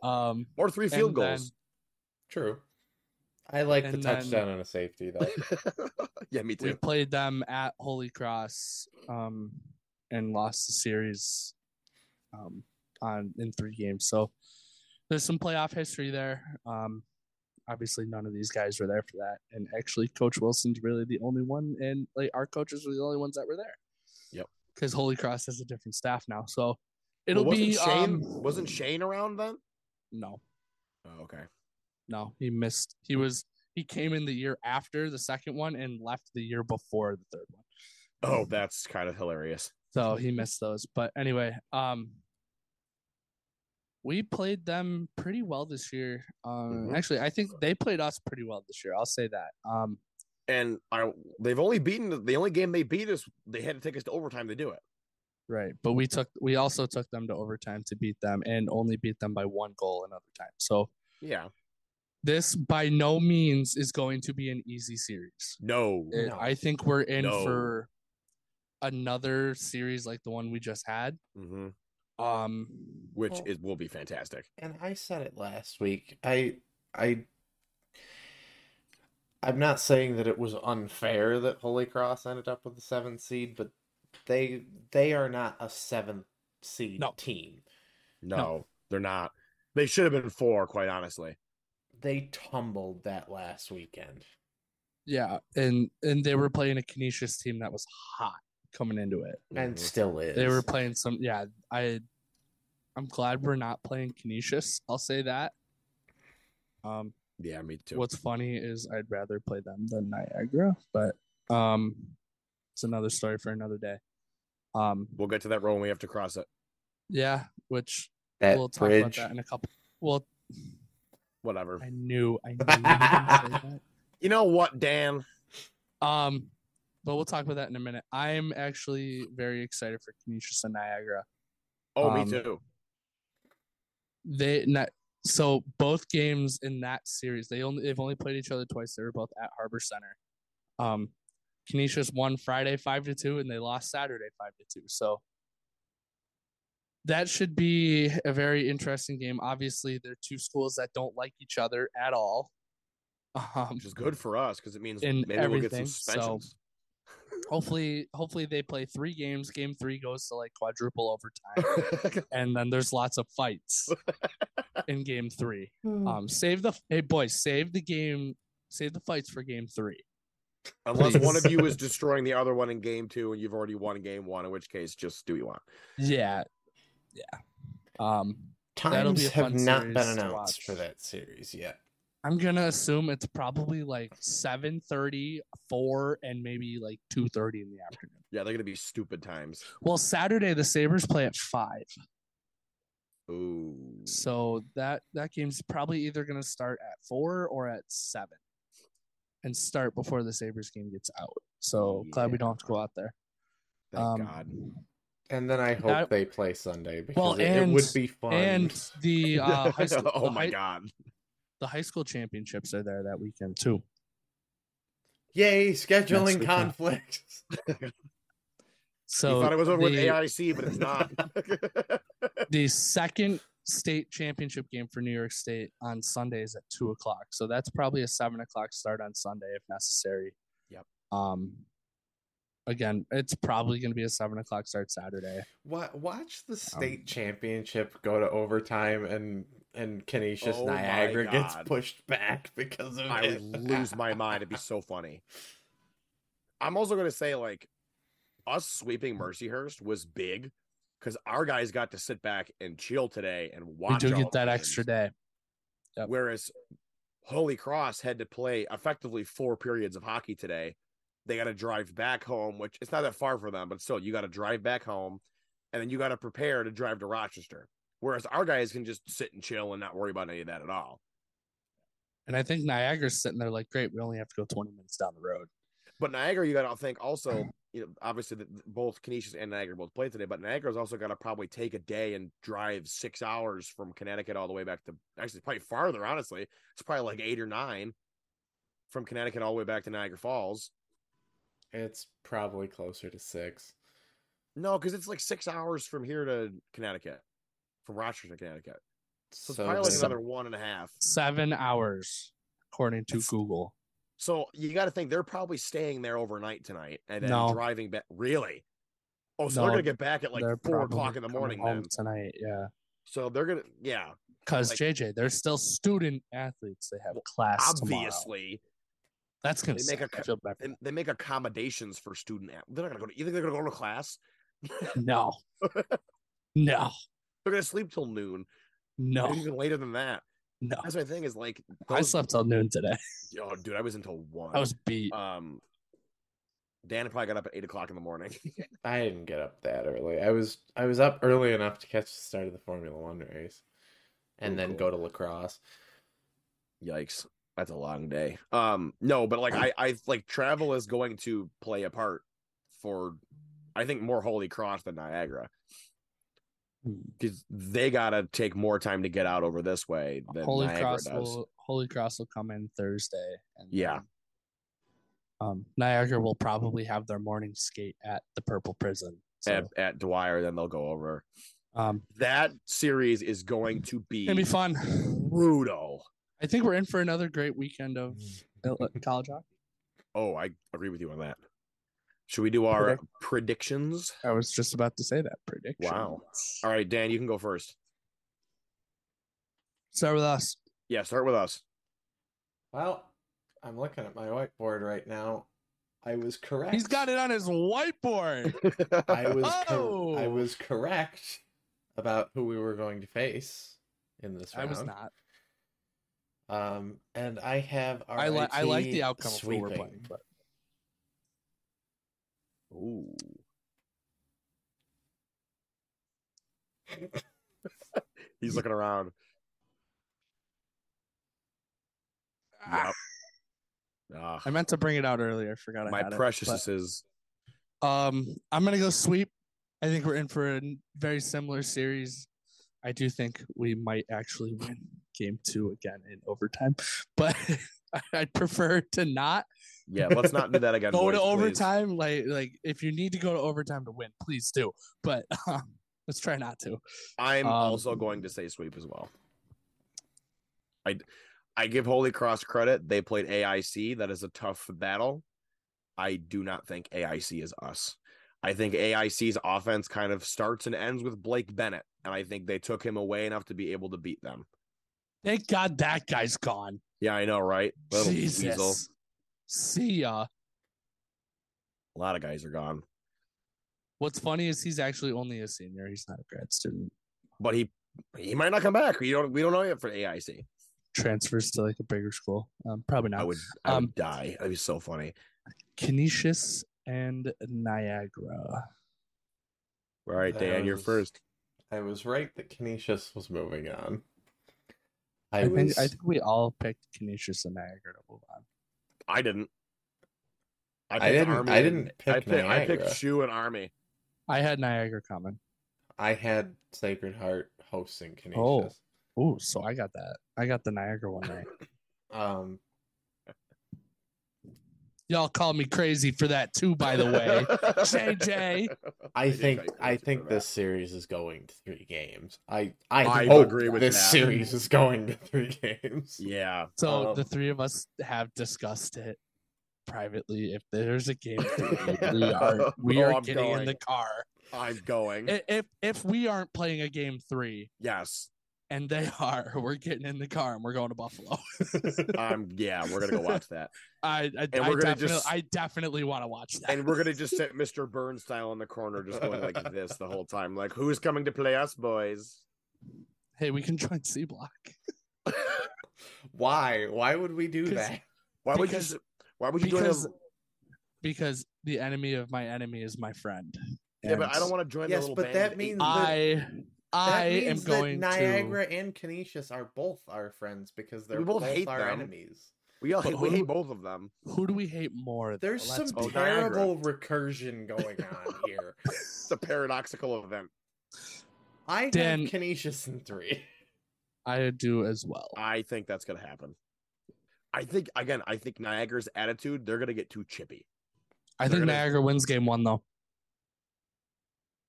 [SPEAKER 2] Um,
[SPEAKER 1] or three field
[SPEAKER 2] And then-
[SPEAKER 1] goals.
[SPEAKER 3] True. I like the
[SPEAKER 2] And then-
[SPEAKER 3] touchdown and a safety though.
[SPEAKER 1] yeah, me
[SPEAKER 2] we
[SPEAKER 1] too.
[SPEAKER 2] played them at Holy Cross um, and lost the series um, on in three games. So there's some playoff history there. Um, obviously, none of these guys were there for that, and actually, Coach Wilson's really the only one, and like our coaches were the only ones that were there.
[SPEAKER 1] Yep.
[SPEAKER 2] Because Holy Cross has a different staff now, so it'll
[SPEAKER 1] Well, wasn't
[SPEAKER 2] be
[SPEAKER 1] Shane.
[SPEAKER 2] um,
[SPEAKER 1] wasn't Shane around then?
[SPEAKER 2] no
[SPEAKER 1] Oh, okay.
[SPEAKER 2] no he missed he was he came in the year after the second one and left the year before the third one.
[SPEAKER 1] Oh, that's kind of hilarious.
[SPEAKER 2] So he missed those. But anyway, um we played them pretty well this year. Um
[SPEAKER 1] Mhm.
[SPEAKER 2] actually I think they played us pretty well this year. I'll say that. Um
[SPEAKER 1] And I, they've only beaten the- the only game they beat us. They had to take us to overtime to do it.
[SPEAKER 2] right. But we took we also took them to overtime to beat them and only beat them by one goal another time. So
[SPEAKER 1] Yeah.
[SPEAKER 2] this by no means is going to be an easy series.
[SPEAKER 1] No.
[SPEAKER 2] It-
[SPEAKER 3] No.
[SPEAKER 2] I think we're in
[SPEAKER 1] No.
[SPEAKER 2] for another series like the one we just had.
[SPEAKER 1] hmm
[SPEAKER 2] Um
[SPEAKER 1] Which
[SPEAKER 3] Well-
[SPEAKER 1] is will be fantastic.
[SPEAKER 3] and I said it last week. I I I'm not saying that it was unfair that Holy Cross ended up with the seventh seed, but they they are not a seventh seed
[SPEAKER 2] No.
[SPEAKER 3] team.
[SPEAKER 1] No, they're not. They should have been four, quite honestly.
[SPEAKER 3] They tumbled that last weekend.
[SPEAKER 2] Yeah, and and they were playing a Canisius team that was hot coming into it.
[SPEAKER 3] and still is.
[SPEAKER 2] They were playing some. Yeah, I. I'm glad we're not playing Canisius. I'll say that. Um,
[SPEAKER 1] Mm-hmm. yeah, me too.
[SPEAKER 2] what's funny is I'd rather play them than Niagara, but um, it's another story for another day. Um,
[SPEAKER 1] We'll get to that road when we have to cross it.
[SPEAKER 2] yeah, which
[SPEAKER 3] that
[SPEAKER 2] we'll talk about
[SPEAKER 3] bridge.
[SPEAKER 2] that in a couple. Well,
[SPEAKER 1] Whatever.
[SPEAKER 2] I knew, I knew. you were gonna say that.
[SPEAKER 1] You know what, Dan?
[SPEAKER 2] Um, but we'll talk about that in a minute. I'm actually very excited for Canisius and Niagara.
[SPEAKER 1] Oh,
[SPEAKER 2] Um,
[SPEAKER 1] me too.
[SPEAKER 2] They not, so both games in that series, they only they've only played each other twice. They were both at Harbor Center. Um, Canisius won Friday five to two, and they lost Saturday five to two. So that should be a very interesting game. Obviously, they're two schools that don't like each other at all. Um,
[SPEAKER 1] Which is good for us because it means
[SPEAKER 2] in
[SPEAKER 1] maybe we'll get some
[SPEAKER 2] everything, so-
[SPEAKER 1] suspensions.
[SPEAKER 2] hopefully, hopefully they play three games. Game three goes to like quadruple overtime. and then there's lots of fights in game three. Um, save the hey boys, save the game, save the fights for game three.
[SPEAKER 1] Unless
[SPEAKER 2] Please.
[SPEAKER 1] one of you is destroying the other one in game two and you've already won game one, in which case just do what you want.
[SPEAKER 2] Yeah, yeah. Um, that'll be
[SPEAKER 3] Times
[SPEAKER 2] a
[SPEAKER 3] have
[SPEAKER 2] fun
[SPEAKER 3] not
[SPEAKER 2] series
[SPEAKER 3] been
[SPEAKER 2] to
[SPEAKER 3] announced
[SPEAKER 2] watch.
[SPEAKER 3] for that series yet.
[SPEAKER 2] I'm gonna assume it's probably like 7:30, 4, and maybe like 2:30 in the afternoon.
[SPEAKER 1] Yeah, they're gonna be stupid times.
[SPEAKER 2] Well, Saturday the Sabers play at five,
[SPEAKER 1] Ooh.
[SPEAKER 2] so that that game's probably either gonna start at four or at seven, and start before the Sabers game gets out. So glad we don't have to go out there.
[SPEAKER 1] Thank
[SPEAKER 2] um,
[SPEAKER 1] God.
[SPEAKER 3] And then I hope
[SPEAKER 2] That-
[SPEAKER 3] they play Sunday because
[SPEAKER 2] Well,
[SPEAKER 3] it, it
[SPEAKER 2] and-
[SPEAKER 3] would be fun.
[SPEAKER 2] and the uh, high school,
[SPEAKER 1] oh
[SPEAKER 2] the
[SPEAKER 1] my
[SPEAKER 2] high-
[SPEAKER 1] God.
[SPEAKER 2] the high school championships are there that weekend too.
[SPEAKER 3] Yay,
[SPEAKER 2] Next
[SPEAKER 3] scheduling
[SPEAKER 2] weekend.
[SPEAKER 3] conflicts.
[SPEAKER 1] you
[SPEAKER 2] So
[SPEAKER 1] thought it was over
[SPEAKER 2] the,
[SPEAKER 1] with AIC, but it's not.
[SPEAKER 2] the second state championship game for New York State on Sunday is at two o'clock. So that's probably a seven o'clock start on Sunday if necessary.
[SPEAKER 1] Yep.
[SPEAKER 2] Um. Again, it's probably going to be a seven o'clock start Saturday.
[SPEAKER 3] Wa- Watch the state championship go to overtime and and Canisius
[SPEAKER 1] Oh my
[SPEAKER 3] Niagara gets
[SPEAKER 1] God.
[SPEAKER 3] pushed back because of
[SPEAKER 1] I
[SPEAKER 3] it.
[SPEAKER 1] would lose my mind. It'd be so funny. I'm also gonna say like us sweeping Mercyhurst was big because our guys got to sit back and chill today and
[SPEAKER 2] We
[SPEAKER 1] watch.
[SPEAKER 2] do
[SPEAKER 1] all
[SPEAKER 2] get
[SPEAKER 1] of the
[SPEAKER 2] that
[SPEAKER 1] games.
[SPEAKER 2] extra day. Yep.
[SPEAKER 1] Whereas Holy Cross had to play effectively four periods of hockey today. They got to drive back home, which it's not that far for them, but still, you got to drive back home and then you got to prepare to drive to Rochester. Whereas our guys can just sit and chill and not worry about any of that at all.
[SPEAKER 2] And I think Niagara's sitting there like, great, we only have to go 20 minutes down the road.
[SPEAKER 1] But Niagara, you got to think also, you know, obviously the, both Canisius and Niagara both played today, but Niagara's also got to probably take a day and drive six hours from Connecticut all the way back to actually probably farther. Honestly, it's probably like eight or nine from Connecticut all the way back to Niagara Falls.
[SPEAKER 3] It's probably closer to six.
[SPEAKER 1] No, because it's like six hours from here to Connecticut, from Rochester, Connecticut. So it's probably like
[SPEAKER 2] it's-
[SPEAKER 1] another one and a half.
[SPEAKER 2] Seven hours, according to
[SPEAKER 1] That's-
[SPEAKER 2] Google.
[SPEAKER 1] So you got to think they're probably staying there overnight tonight and then
[SPEAKER 2] No.
[SPEAKER 1] driving back. Really? Oh, so they're
[SPEAKER 2] No,
[SPEAKER 1] gonna get back at like
[SPEAKER 2] They're
[SPEAKER 1] four o'clock
[SPEAKER 2] probably
[SPEAKER 1] in the morning
[SPEAKER 2] coming home
[SPEAKER 1] then.
[SPEAKER 2] tonight. Yeah.
[SPEAKER 1] So they're gonna, yeah,
[SPEAKER 2] Because
[SPEAKER 1] Like-
[SPEAKER 2] JJ, they're still student athletes. They have
[SPEAKER 1] Well,
[SPEAKER 2] class tomorrow.
[SPEAKER 1] obviously
[SPEAKER 2] That's gonna
[SPEAKER 1] They make
[SPEAKER 2] suck.
[SPEAKER 1] a
[SPEAKER 2] I
[SPEAKER 1] co-
[SPEAKER 2] feel bad. for
[SPEAKER 1] they, they make accommodations for student. ath- They're not gonna go to. You think they're gonna go to class?
[SPEAKER 2] them. No, no,
[SPEAKER 1] They're gonna sleep till noon,
[SPEAKER 2] no,
[SPEAKER 1] maybe even later than that.
[SPEAKER 2] no.
[SPEAKER 1] That's my thing. Is like
[SPEAKER 2] I
[SPEAKER 1] those-
[SPEAKER 2] slept till noon today.
[SPEAKER 1] Oh, dude, I was until one.
[SPEAKER 2] I was beat.
[SPEAKER 1] Um, Dan probably got up at eight o'clock in the morning.
[SPEAKER 3] I didn't get up that early. I was I was up early enough to catch the start of the Formula One race, and
[SPEAKER 1] Oh,
[SPEAKER 3] then
[SPEAKER 1] cool.
[SPEAKER 3] go to lacrosse.
[SPEAKER 1] Yikes, that's a long day. Um, no, but like I, I like travel is going to play a part for, I think more Holy Cross than Niagara because they gotta take more time to get out over this way than
[SPEAKER 2] Holy
[SPEAKER 1] Niagara
[SPEAKER 2] Cross
[SPEAKER 1] does.
[SPEAKER 2] will Holy Cross will come in Thursday. And
[SPEAKER 1] Yeah.
[SPEAKER 2] Um, Niagara will probably have their morning skate at the Purple Prison. So,
[SPEAKER 1] at, at Dwyer, then they'll go over.
[SPEAKER 2] um,
[SPEAKER 1] That series is going to be,
[SPEAKER 2] gonna be fun.
[SPEAKER 1] brutal.
[SPEAKER 2] I think we're in for another great weekend of uh, college hockey.
[SPEAKER 1] Oh, I agree with you on that. Should we do our
[SPEAKER 3] Okay.
[SPEAKER 1] predictions?
[SPEAKER 2] I was just about to say that prediction.
[SPEAKER 1] Wow. All right, Dan, you can go first.
[SPEAKER 2] Start with us.
[SPEAKER 1] Yeah, start with us.
[SPEAKER 3] Well, I'm looking at my whiteboard right now. I was correct.
[SPEAKER 2] He's got it on his whiteboard.
[SPEAKER 3] I was cor-
[SPEAKER 2] Oh!
[SPEAKER 3] I was correct about who we were going to face in this
[SPEAKER 2] I
[SPEAKER 3] round.
[SPEAKER 2] was not.
[SPEAKER 3] Um, and I have
[SPEAKER 2] I like I like
[SPEAKER 3] RIT
[SPEAKER 2] the outcome of who we're
[SPEAKER 3] sweeping.
[SPEAKER 2] playing, but
[SPEAKER 1] Ooh. He's looking around. Yep. Ah,
[SPEAKER 2] I meant to bring it out earlier. I forgot I
[SPEAKER 1] my
[SPEAKER 2] had it,
[SPEAKER 1] preciousness is
[SPEAKER 2] but, um, I'm gonna go sweep. I think we're in for a very similar series. I do think we might actually win game two again in overtime, but I'd prefer to not
[SPEAKER 1] yeah. Let's not do that again.
[SPEAKER 2] go to
[SPEAKER 1] boys, please.
[SPEAKER 2] overtime. Like like if you need to go to overtime to win, please do. But um, let's try not to.
[SPEAKER 1] I'm
[SPEAKER 2] Um,
[SPEAKER 1] also going to say sweep as well. I I give Holy Cross credit. They played AIC. That is a tough battle. I do not think AIC is us. I think AIC's offense kind of starts and ends with Blake Bennett, and I think they took him away enough to be able to beat them.
[SPEAKER 2] Thank God that guy's gone.
[SPEAKER 1] Yeah, I know, right? Little
[SPEAKER 2] Jesus.
[SPEAKER 1] weasel.
[SPEAKER 2] See ya.
[SPEAKER 1] A lot of guys are gone,
[SPEAKER 2] What's funny is he's actually only a senior. He's not a grad student.
[SPEAKER 1] but he he might not come back. We don't we don't know yet for AIC.
[SPEAKER 2] Transfers to like a bigger school. Um, probably
[SPEAKER 1] I
[SPEAKER 2] not.
[SPEAKER 1] would I
[SPEAKER 2] Um,
[SPEAKER 1] would die. That'd be so funny.
[SPEAKER 2] Canisius and Niagara.
[SPEAKER 1] All right, Dan, you're
[SPEAKER 3] Those-
[SPEAKER 1] first.
[SPEAKER 3] I was right that Canisius was moving on. I,
[SPEAKER 2] I
[SPEAKER 3] was
[SPEAKER 2] think, I think we all picked Canisius and Niagara to move on.
[SPEAKER 1] I didn't. I,
[SPEAKER 3] I didn't- I
[SPEAKER 1] and-
[SPEAKER 3] didn't pick
[SPEAKER 1] I picked, I picked
[SPEAKER 3] Niagara.
[SPEAKER 1] Shoe and Army.
[SPEAKER 2] I had Niagara coming.
[SPEAKER 3] I had Sacred Heart hosting Canisius.
[SPEAKER 2] Oh. Ooh, so I got that. I got the Niagara one right.
[SPEAKER 3] Um,
[SPEAKER 2] Y'all call me crazy for that too, by the way. JJ.
[SPEAKER 3] I
[SPEAKER 1] did
[SPEAKER 3] think
[SPEAKER 1] try to
[SPEAKER 3] I
[SPEAKER 1] correct you
[SPEAKER 3] think
[SPEAKER 1] for
[SPEAKER 3] this
[SPEAKER 1] that.
[SPEAKER 3] series is going to three games. I I,
[SPEAKER 1] I
[SPEAKER 3] hope
[SPEAKER 1] agree with
[SPEAKER 3] this
[SPEAKER 1] that.
[SPEAKER 3] series is going to three games.
[SPEAKER 1] Yeah.
[SPEAKER 2] So
[SPEAKER 3] Um,
[SPEAKER 2] the three of us have discussed it privately. If there's a game, three, we are we
[SPEAKER 1] Oh,
[SPEAKER 2] are
[SPEAKER 1] I'm
[SPEAKER 2] getting in
[SPEAKER 1] going.
[SPEAKER 2] the car.
[SPEAKER 1] I'm going.
[SPEAKER 2] I- If if we aren't playing a game three
[SPEAKER 1] yes.
[SPEAKER 2] and they are, we're getting in the car and we're going to Buffalo.
[SPEAKER 1] Um yeah, we're gonna go watch that. we're
[SPEAKER 2] I I, I
[SPEAKER 1] gonna
[SPEAKER 2] definitely
[SPEAKER 1] just-
[SPEAKER 2] I definitely want to watch that.
[SPEAKER 1] And we're gonna just sit Mr. Burn style in the corner, just going like this the whole time. Like, who's coming to play us, boys?
[SPEAKER 2] hey, we can join C Block.
[SPEAKER 3] Why? Why would we do
[SPEAKER 2] 'Cause-
[SPEAKER 3] that?
[SPEAKER 1] Why would
[SPEAKER 2] Because-
[SPEAKER 1] you s- why would you join
[SPEAKER 2] because-
[SPEAKER 1] a,
[SPEAKER 2] because the enemy of my enemy is my friend.
[SPEAKER 1] Yeah, but
[SPEAKER 2] And
[SPEAKER 1] I don't want to join the
[SPEAKER 3] Yes,
[SPEAKER 1] little
[SPEAKER 3] but
[SPEAKER 1] band
[SPEAKER 3] that
[SPEAKER 1] of eight.
[SPEAKER 3] means-
[SPEAKER 2] I I am going
[SPEAKER 3] that Niagara
[SPEAKER 2] to.
[SPEAKER 3] and Canisius are both our friends because they're
[SPEAKER 1] We both
[SPEAKER 3] both
[SPEAKER 1] hate
[SPEAKER 3] our
[SPEAKER 1] them.
[SPEAKER 3] enemies.
[SPEAKER 1] we all
[SPEAKER 2] But
[SPEAKER 1] hate, we
[SPEAKER 2] who-
[SPEAKER 1] hate both of them.
[SPEAKER 2] Who do we hate more? though?
[SPEAKER 3] There's
[SPEAKER 2] Let's
[SPEAKER 3] some
[SPEAKER 1] Oh,
[SPEAKER 2] be-
[SPEAKER 1] Niagara.
[SPEAKER 3] terrible recursion going on here.
[SPEAKER 1] It's a paradoxical event.
[SPEAKER 3] I
[SPEAKER 2] Dan-
[SPEAKER 3] have Canisius in three.
[SPEAKER 2] I do as well.
[SPEAKER 1] I think that's gonna happen. I think again, I think Niagara's attitude, they're gonna get too chippy.
[SPEAKER 2] I
[SPEAKER 1] They're
[SPEAKER 2] think
[SPEAKER 1] gonna-
[SPEAKER 2] Niagara wins game one though.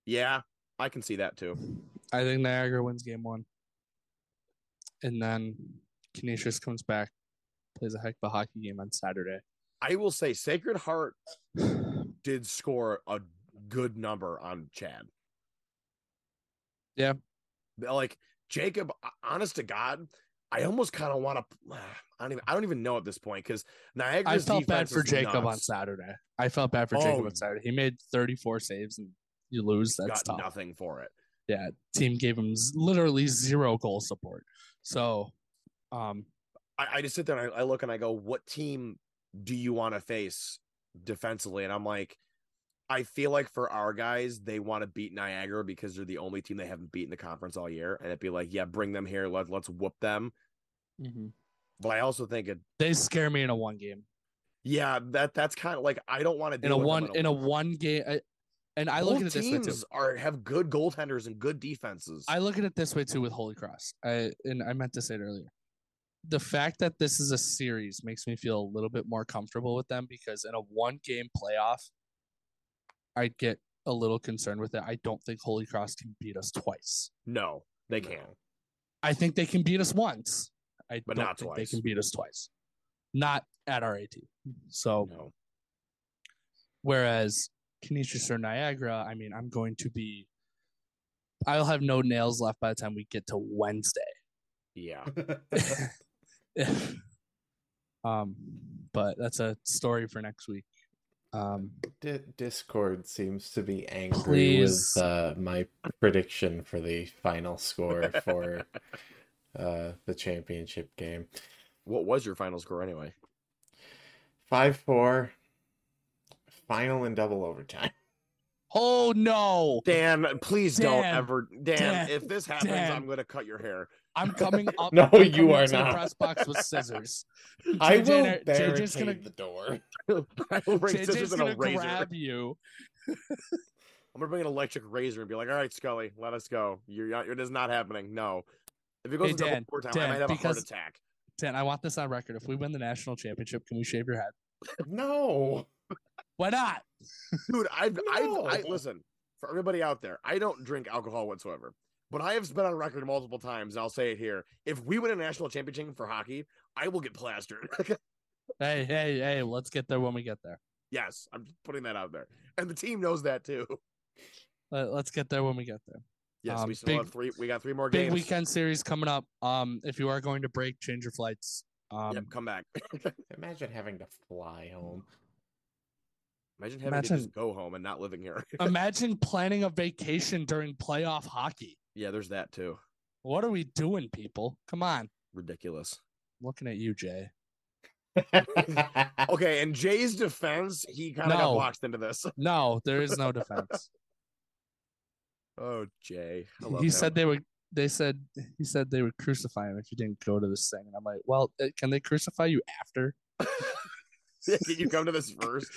[SPEAKER 1] Yeah, I can see that too.
[SPEAKER 2] I think Niagara wins game one. And then Canisius comes back, plays a heck of a hockey game on Saturday.
[SPEAKER 1] I will say Sacred Heart did score a good number on Chad.
[SPEAKER 2] Yeah.
[SPEAKER 1] Like Jacob, honest to God, I almost kind of want to. I don't even. I don't even know at this point because
[SPEAKER 2] I
[SPEAKER 1] Niagara's
[SPEAKER 2] felt bad
[SPEAKER 1] defense
[SPEAKER 2] for
[SPEAKER 1] is
[SPEAKER 2] Jacob on
[SPEAKER 1] nuts.
[SPEAKER 2] Saturday. I felt bad for Jacob
[SPEAKER 1] Oh.
[SPEAKER 2] on Saturday. He made 34 saves and you lose. That's
[SPEAKER 1] Got
[SPEAKER 2] tough.
[SPEAKER 1] nothing for it.
[SPEAKER 2] Yeah. Team gave him z- literally zero goal support. So, um,
[SPEAKER 1] I, I just sit there and I, I look and I go, what team do you want to face defensively? And I'm like, I feel like for our guys, they want to beat Niagara because they're the only team they haven't beaten the conference all year. And it'd be like, yeah, bring them here. Let, let's whoop them. But I also think, it,
[SPEAKER 2] they scare me in a one game.
[SPEAKER 1] yeah, that that's kind of like, I don't want to
[SPEAKER 2] In a one, in a one game. I, and I look at it
[SPEAKER 1] teams
[SPEAKER 2] this way too.
[SPEAKER 1] are have good goaltenders and good defenses.
[SPEAKER 2] I look at it this way too with Holy Cross. I and I meant to say it earlier. The fact that this is a series makes me feel a little bit more comfortable with them because in a one game playoff, I'd get a little concerned with it. I don't think Holy Cross can beat us twice.
[SPEAKER 1] no, they
[SPEAKER 3] No.
[SPEAKER 1] can't.
[SPEAKER 2] I think they can beat us once. I
[SPEAKER 1] But
[SPEAKER 2] don't
[SPEAKER 1] not
[SPEAKER 2] think
[SPEAKER 1] twice.
[SPEAKER 2] they can beat us twice. Not at our AT. So
[SPEAKER 1] No.
[SPEAKER 2] Whereas Canisius or Niagara, I mean, I'm going to be, I'll have no nails left by the time we get to Wednesday.
[SPEAKER 1] Yeah.
[SPEAKER 2] um, but that's a story for next week. Um,
[SPEAKER 3] D- Discord seems to be angry
[SPEAKER 2] Please.
[SPEAKER 3] with uh, my prediction for the final score for uh, the championship game.
[SPEAKER 1] What was your final score anyway?
[SPEAKER 3] 5 4, final and double overtime.
[SPEAKER 2] oh no,
[SPEAKER 1] Dan, please don't
[SPEAKER 2] Dan.
[SPEAKER 1] ever Dan,
[SPEAKER 2] Dan.
[SPEAKER 1] if this happens,
[SPEAKER 2] Dan.
[SPEAKER 1] I'm gonna cut your hair.
[SPEAKER 2] I'm coming up.
[SPEAKER 3] No,
[SPEAKER 2] I'm coming
[SPEAKER 3] you are
[SPEAKER 2] to the
[SPEAKER 3] not.
[SPEAKER 2] press box with scissors.
[SPEAKER 3] I
[SPEAKER 2] JJ
[SPEAKER 3] will
[SPEAKER 2] and I-
[SPEAKER 3] barricade
[SPEAKER 2] JJ's gonna-
[SPEAKER 3] the door.
[SPEAKER 1] I will bring
[SPEAKER 2] JJ's
[SPEAKER 1] scissors and a
[SPEAKER 2] gonna
[SPEAKER 1] razor.
[SPEAKER 2] grab you.
[SPEAKER 1] I'm gonna bring an electric razor and be like, all right, Scully, let us go. You're not, it is not happening. No. If it goes
[SPEAKER 2] Hey,
[SPEAKER 1] to double
[SPEAKER 2] Dan,
[SPEAKER 1] overtime, I
[SPEAKER 2] Dan,
[SPEAKER 1] might have a heart
[SPEAKER 2] because-
[SPEAKER 1] attack.
[SPEAKER 2] Dan, I want this on record. If we win the national championship, can we shave your head?
[SPEAKER 3] No.
[SPEAKER 2] Why not?
[SPEAKER 1] Dude, I've,
[SPEAKER 3] No.
[SPEAKER 1] I've I listen for everybody out there. I don't drink alcohol whatsoever, but I have been on record multiple times, and I'll say it here: if we win a national championship for hockey, I will get plastered.
[SPEAKER 2] Hey, hey, hey! Let's get there when we get there.
[SPEAKER 1] yes, I'm just putting that out there, and the team knows that too.
[SPEAKER 2] Let- Let's get there when we get there.
[SPEAKER 1] Yes,
[SPEAKER 2] Um,
[SPEAKER 1] we still have
[SPEAKER 2] big-
[SPEAKER 1] three. We got three more
[SPEAKER 2] Big
[SPEAKER 1] games.
[SPEAKER 2] weekend series coming up. Um, if you are going to break, change your flights. Um,
[SPEAKER 1] Yep, come back.
[SPEAKER 3] Imagine having to fly home.
[SPEAKER 1] Imagine having to
[SPEAKER 2] Imagine-
[SPEAKER 1] just go home and not living here.
[SPEAKER 2] imagine planning a vacation during playoff hockey.
[SPEAKER 1] yeah, there's that too.
[SPEAKER 2] What are we doing, people? Come on.
[SPEAKER 1] Ridiculous.
[SPEAKER 2] Looking at you, Jay.
[SPEAKER 1] Okay, in Jay's defense, he kind of got
[SPEAKER 2] No.
[SPEAKER 1] boxed into this.
[SPEAKER 2] No, there is no defense.
[SPEAKER 1] Oh, Jay. I
[SPEAKER 2] he
[SPEAKER 1] love him.
[SPEAKER 2] said they would. They said he said they would crucify him if you didn't go to this thing. And I'm like, well, uh, can they crucify you after?
[SPEAKER 1] Did you come to this first?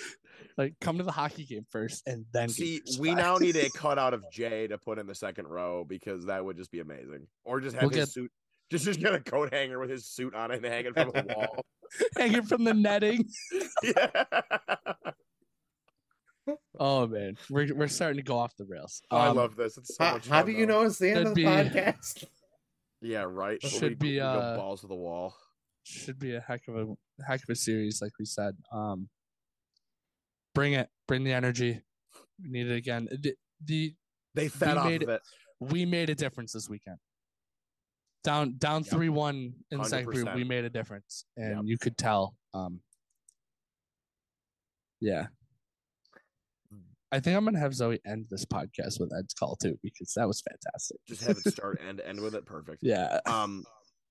[SPEAKER 2] Like, come to the hockey game first and then. get
[SPEAKER 1] See, we
[SPEAKER 2] crucified.
[SPEAKER 1] now need a cutout of Jay to put in the second row because that would just be amazing. Or just have
[SPEAKER 2] We'll
[SPEAKER 1] his
[SPEAKER 2] get-
[SPEAKER 1] suit, just just get a coat hanger with his suit on it and hang it from a wall.
[SPEAKER 2] hanging from the netting.
[SPEAKER 1] yeah.
[SPEAKER 2] Oh man, we're we're starting to go off the rails.
[SPEAKER 1] Oh, I
[SPEAKER 2] Um,
[SPEAKER 1] love this. It's so
[SPEAKER 3] how,
[SPEAKER 1] much
[SPEAKER 3] how
[SPEAKER 1] fun,
[SPEAKER 3] do you
[SPEAKER 1] though.
[SPEAKER 3] know it's the end
[SPEAKER 2] That'd
[SPEAKER 3] of the
[SPEAKER 2] be-
[SPEAKER 3] podcast?
[SPEAKER 1] Yeah, right. Well,
[SPEAKER 2] Should
[SPEAKER 1] we,
[SPEAKER 2] be,
[SPEAKER 1] we go
[SPEAKER 2] uh,
[SPEAKER 1] balls to the wall.
[SPEAKER 2] should be a heck of a heck of a series, like we said. Um, bring it, bring the energy. We need it again. The, the
[SPEAKER 1] They fed off
[SPEAKER 2] made
[SPEAKER 1] of it.
[SPEAKER 2] we made a difference this weekend. Down down
[SPEAKER 1] Yep.
[SPEAKER 2] three one in the second period,
[SPEAKER 1] 100%.
[SPEAKER 2] we made a difference, and
[SPEAKER 1] Yep.
[SPEAKER 2] you could tell. Um, yeah, I think I'm gonna have Zoe end this podcast with Ed's call too because that was fantastic.
[SPEAKER 1] Just have it start and end with it. Perfect.
[SPEAKER 2] yeah,
[SPEAKER 1] Um,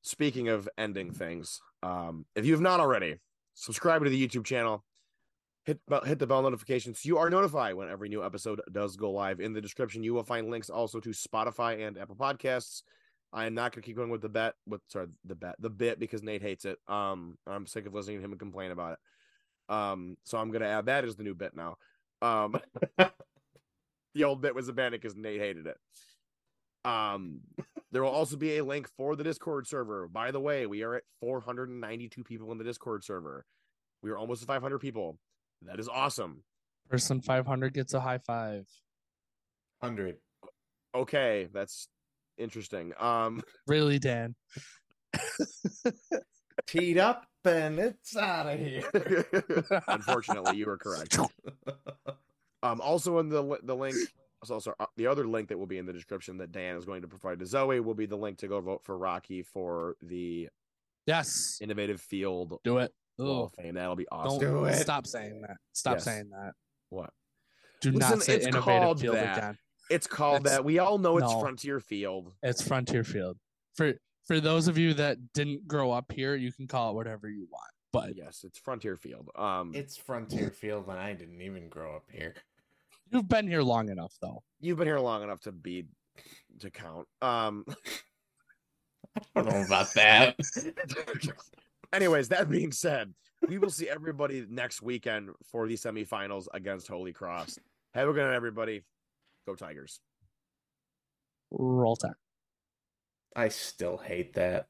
[SPEAKER 1] speaking of ending things, um, if you have not already, subscribe to the YouTube channel. Hit, bu- hit the bell notification so you are notified when every new episode does go live. In the description, you will find links also to Spotify and Apple Podcasts. I am not going to keep going with the bet, with sorry, the bet, the bit because Nate hates it. Um, I'm sick of listening to him complain about it. Um, so I'm going to add that as the new bit now. Um, the old bit was abandoned because Nate hated it. Um, there will also be a link for the Discord server. By the way, we are at 492 people in the Discord server. We are almost at 500 people. That is awesome.
[SPEAKER 2] person 500 gets a high five.
[SPEAKER 3] 100.
[SPEAKER 1] Okay, that's interesting. Um,
[SPEAKER 2] Really, Dan?
[SPEAKER 3] Teed up and it's out of here.
[SPEAKER 1] unfortunately, you were correct. Um, also in the li- the link, so also uh, the other link that will be in the description that Dan is going to provide to Zoe will be the link to go vote for Rocky for the
[SPEAKER 2] Yes.
[SPEAKER 1] Innovative Field
[SPEAKER 2] Do it.
[SPEAKER 1] Wall
[SPEAKER 2] Oh,
[SPEAKER 1] of Fame. That'll be awesome.
[SPEAKER 2] don't
[SPEAKER 3] Do it.
[SPEAKER 2] stop saying that. Stop
[SPEAKER 1] Yes.
[SPEAKER 2] saying that.
[SPEAKER 1] What?
[SPEAKER 2] Do
[SPEAKER 1] Listen,
[SPEAKER 2] not say
[SPEAKER 1] it's
[SPEAKER 2] innovative
[SPEAKER 1] called
[SPEAKER 2] field
[SPEAKER 1] that.
[SPEAKER 2] again.
[SPEAKER 1] It's called
[SPEAKER 2] That's-
[SPEAKER 1] that. We all know it's
[SPEAKER 2] no.
[SPEAKER 1] Frontier Field.
[SPEAKER 2] It's frontier field. For for those of you that didn't grow up here, you can call it whatever you want. But
[SPEAKER 1] Yes, it's Frontier Field. Um,
[SPEAKER 3] it's Frontier Field and I didn't even grow up here.
[SPEAKER 2] you've been here long enough, though.
[SPEAKER 1] you've been here long enough to be to count. Um
[SPEAKER 3] I don't know about that.
[SPEAKER 1] anyways, that being said, we will see everybody next weekend for the semifinals against Holy Cross. Have a good night, everybody. Go Tigers.
[SPEAKER 2] Roll time.
[SPEAKER 3] I still hate that.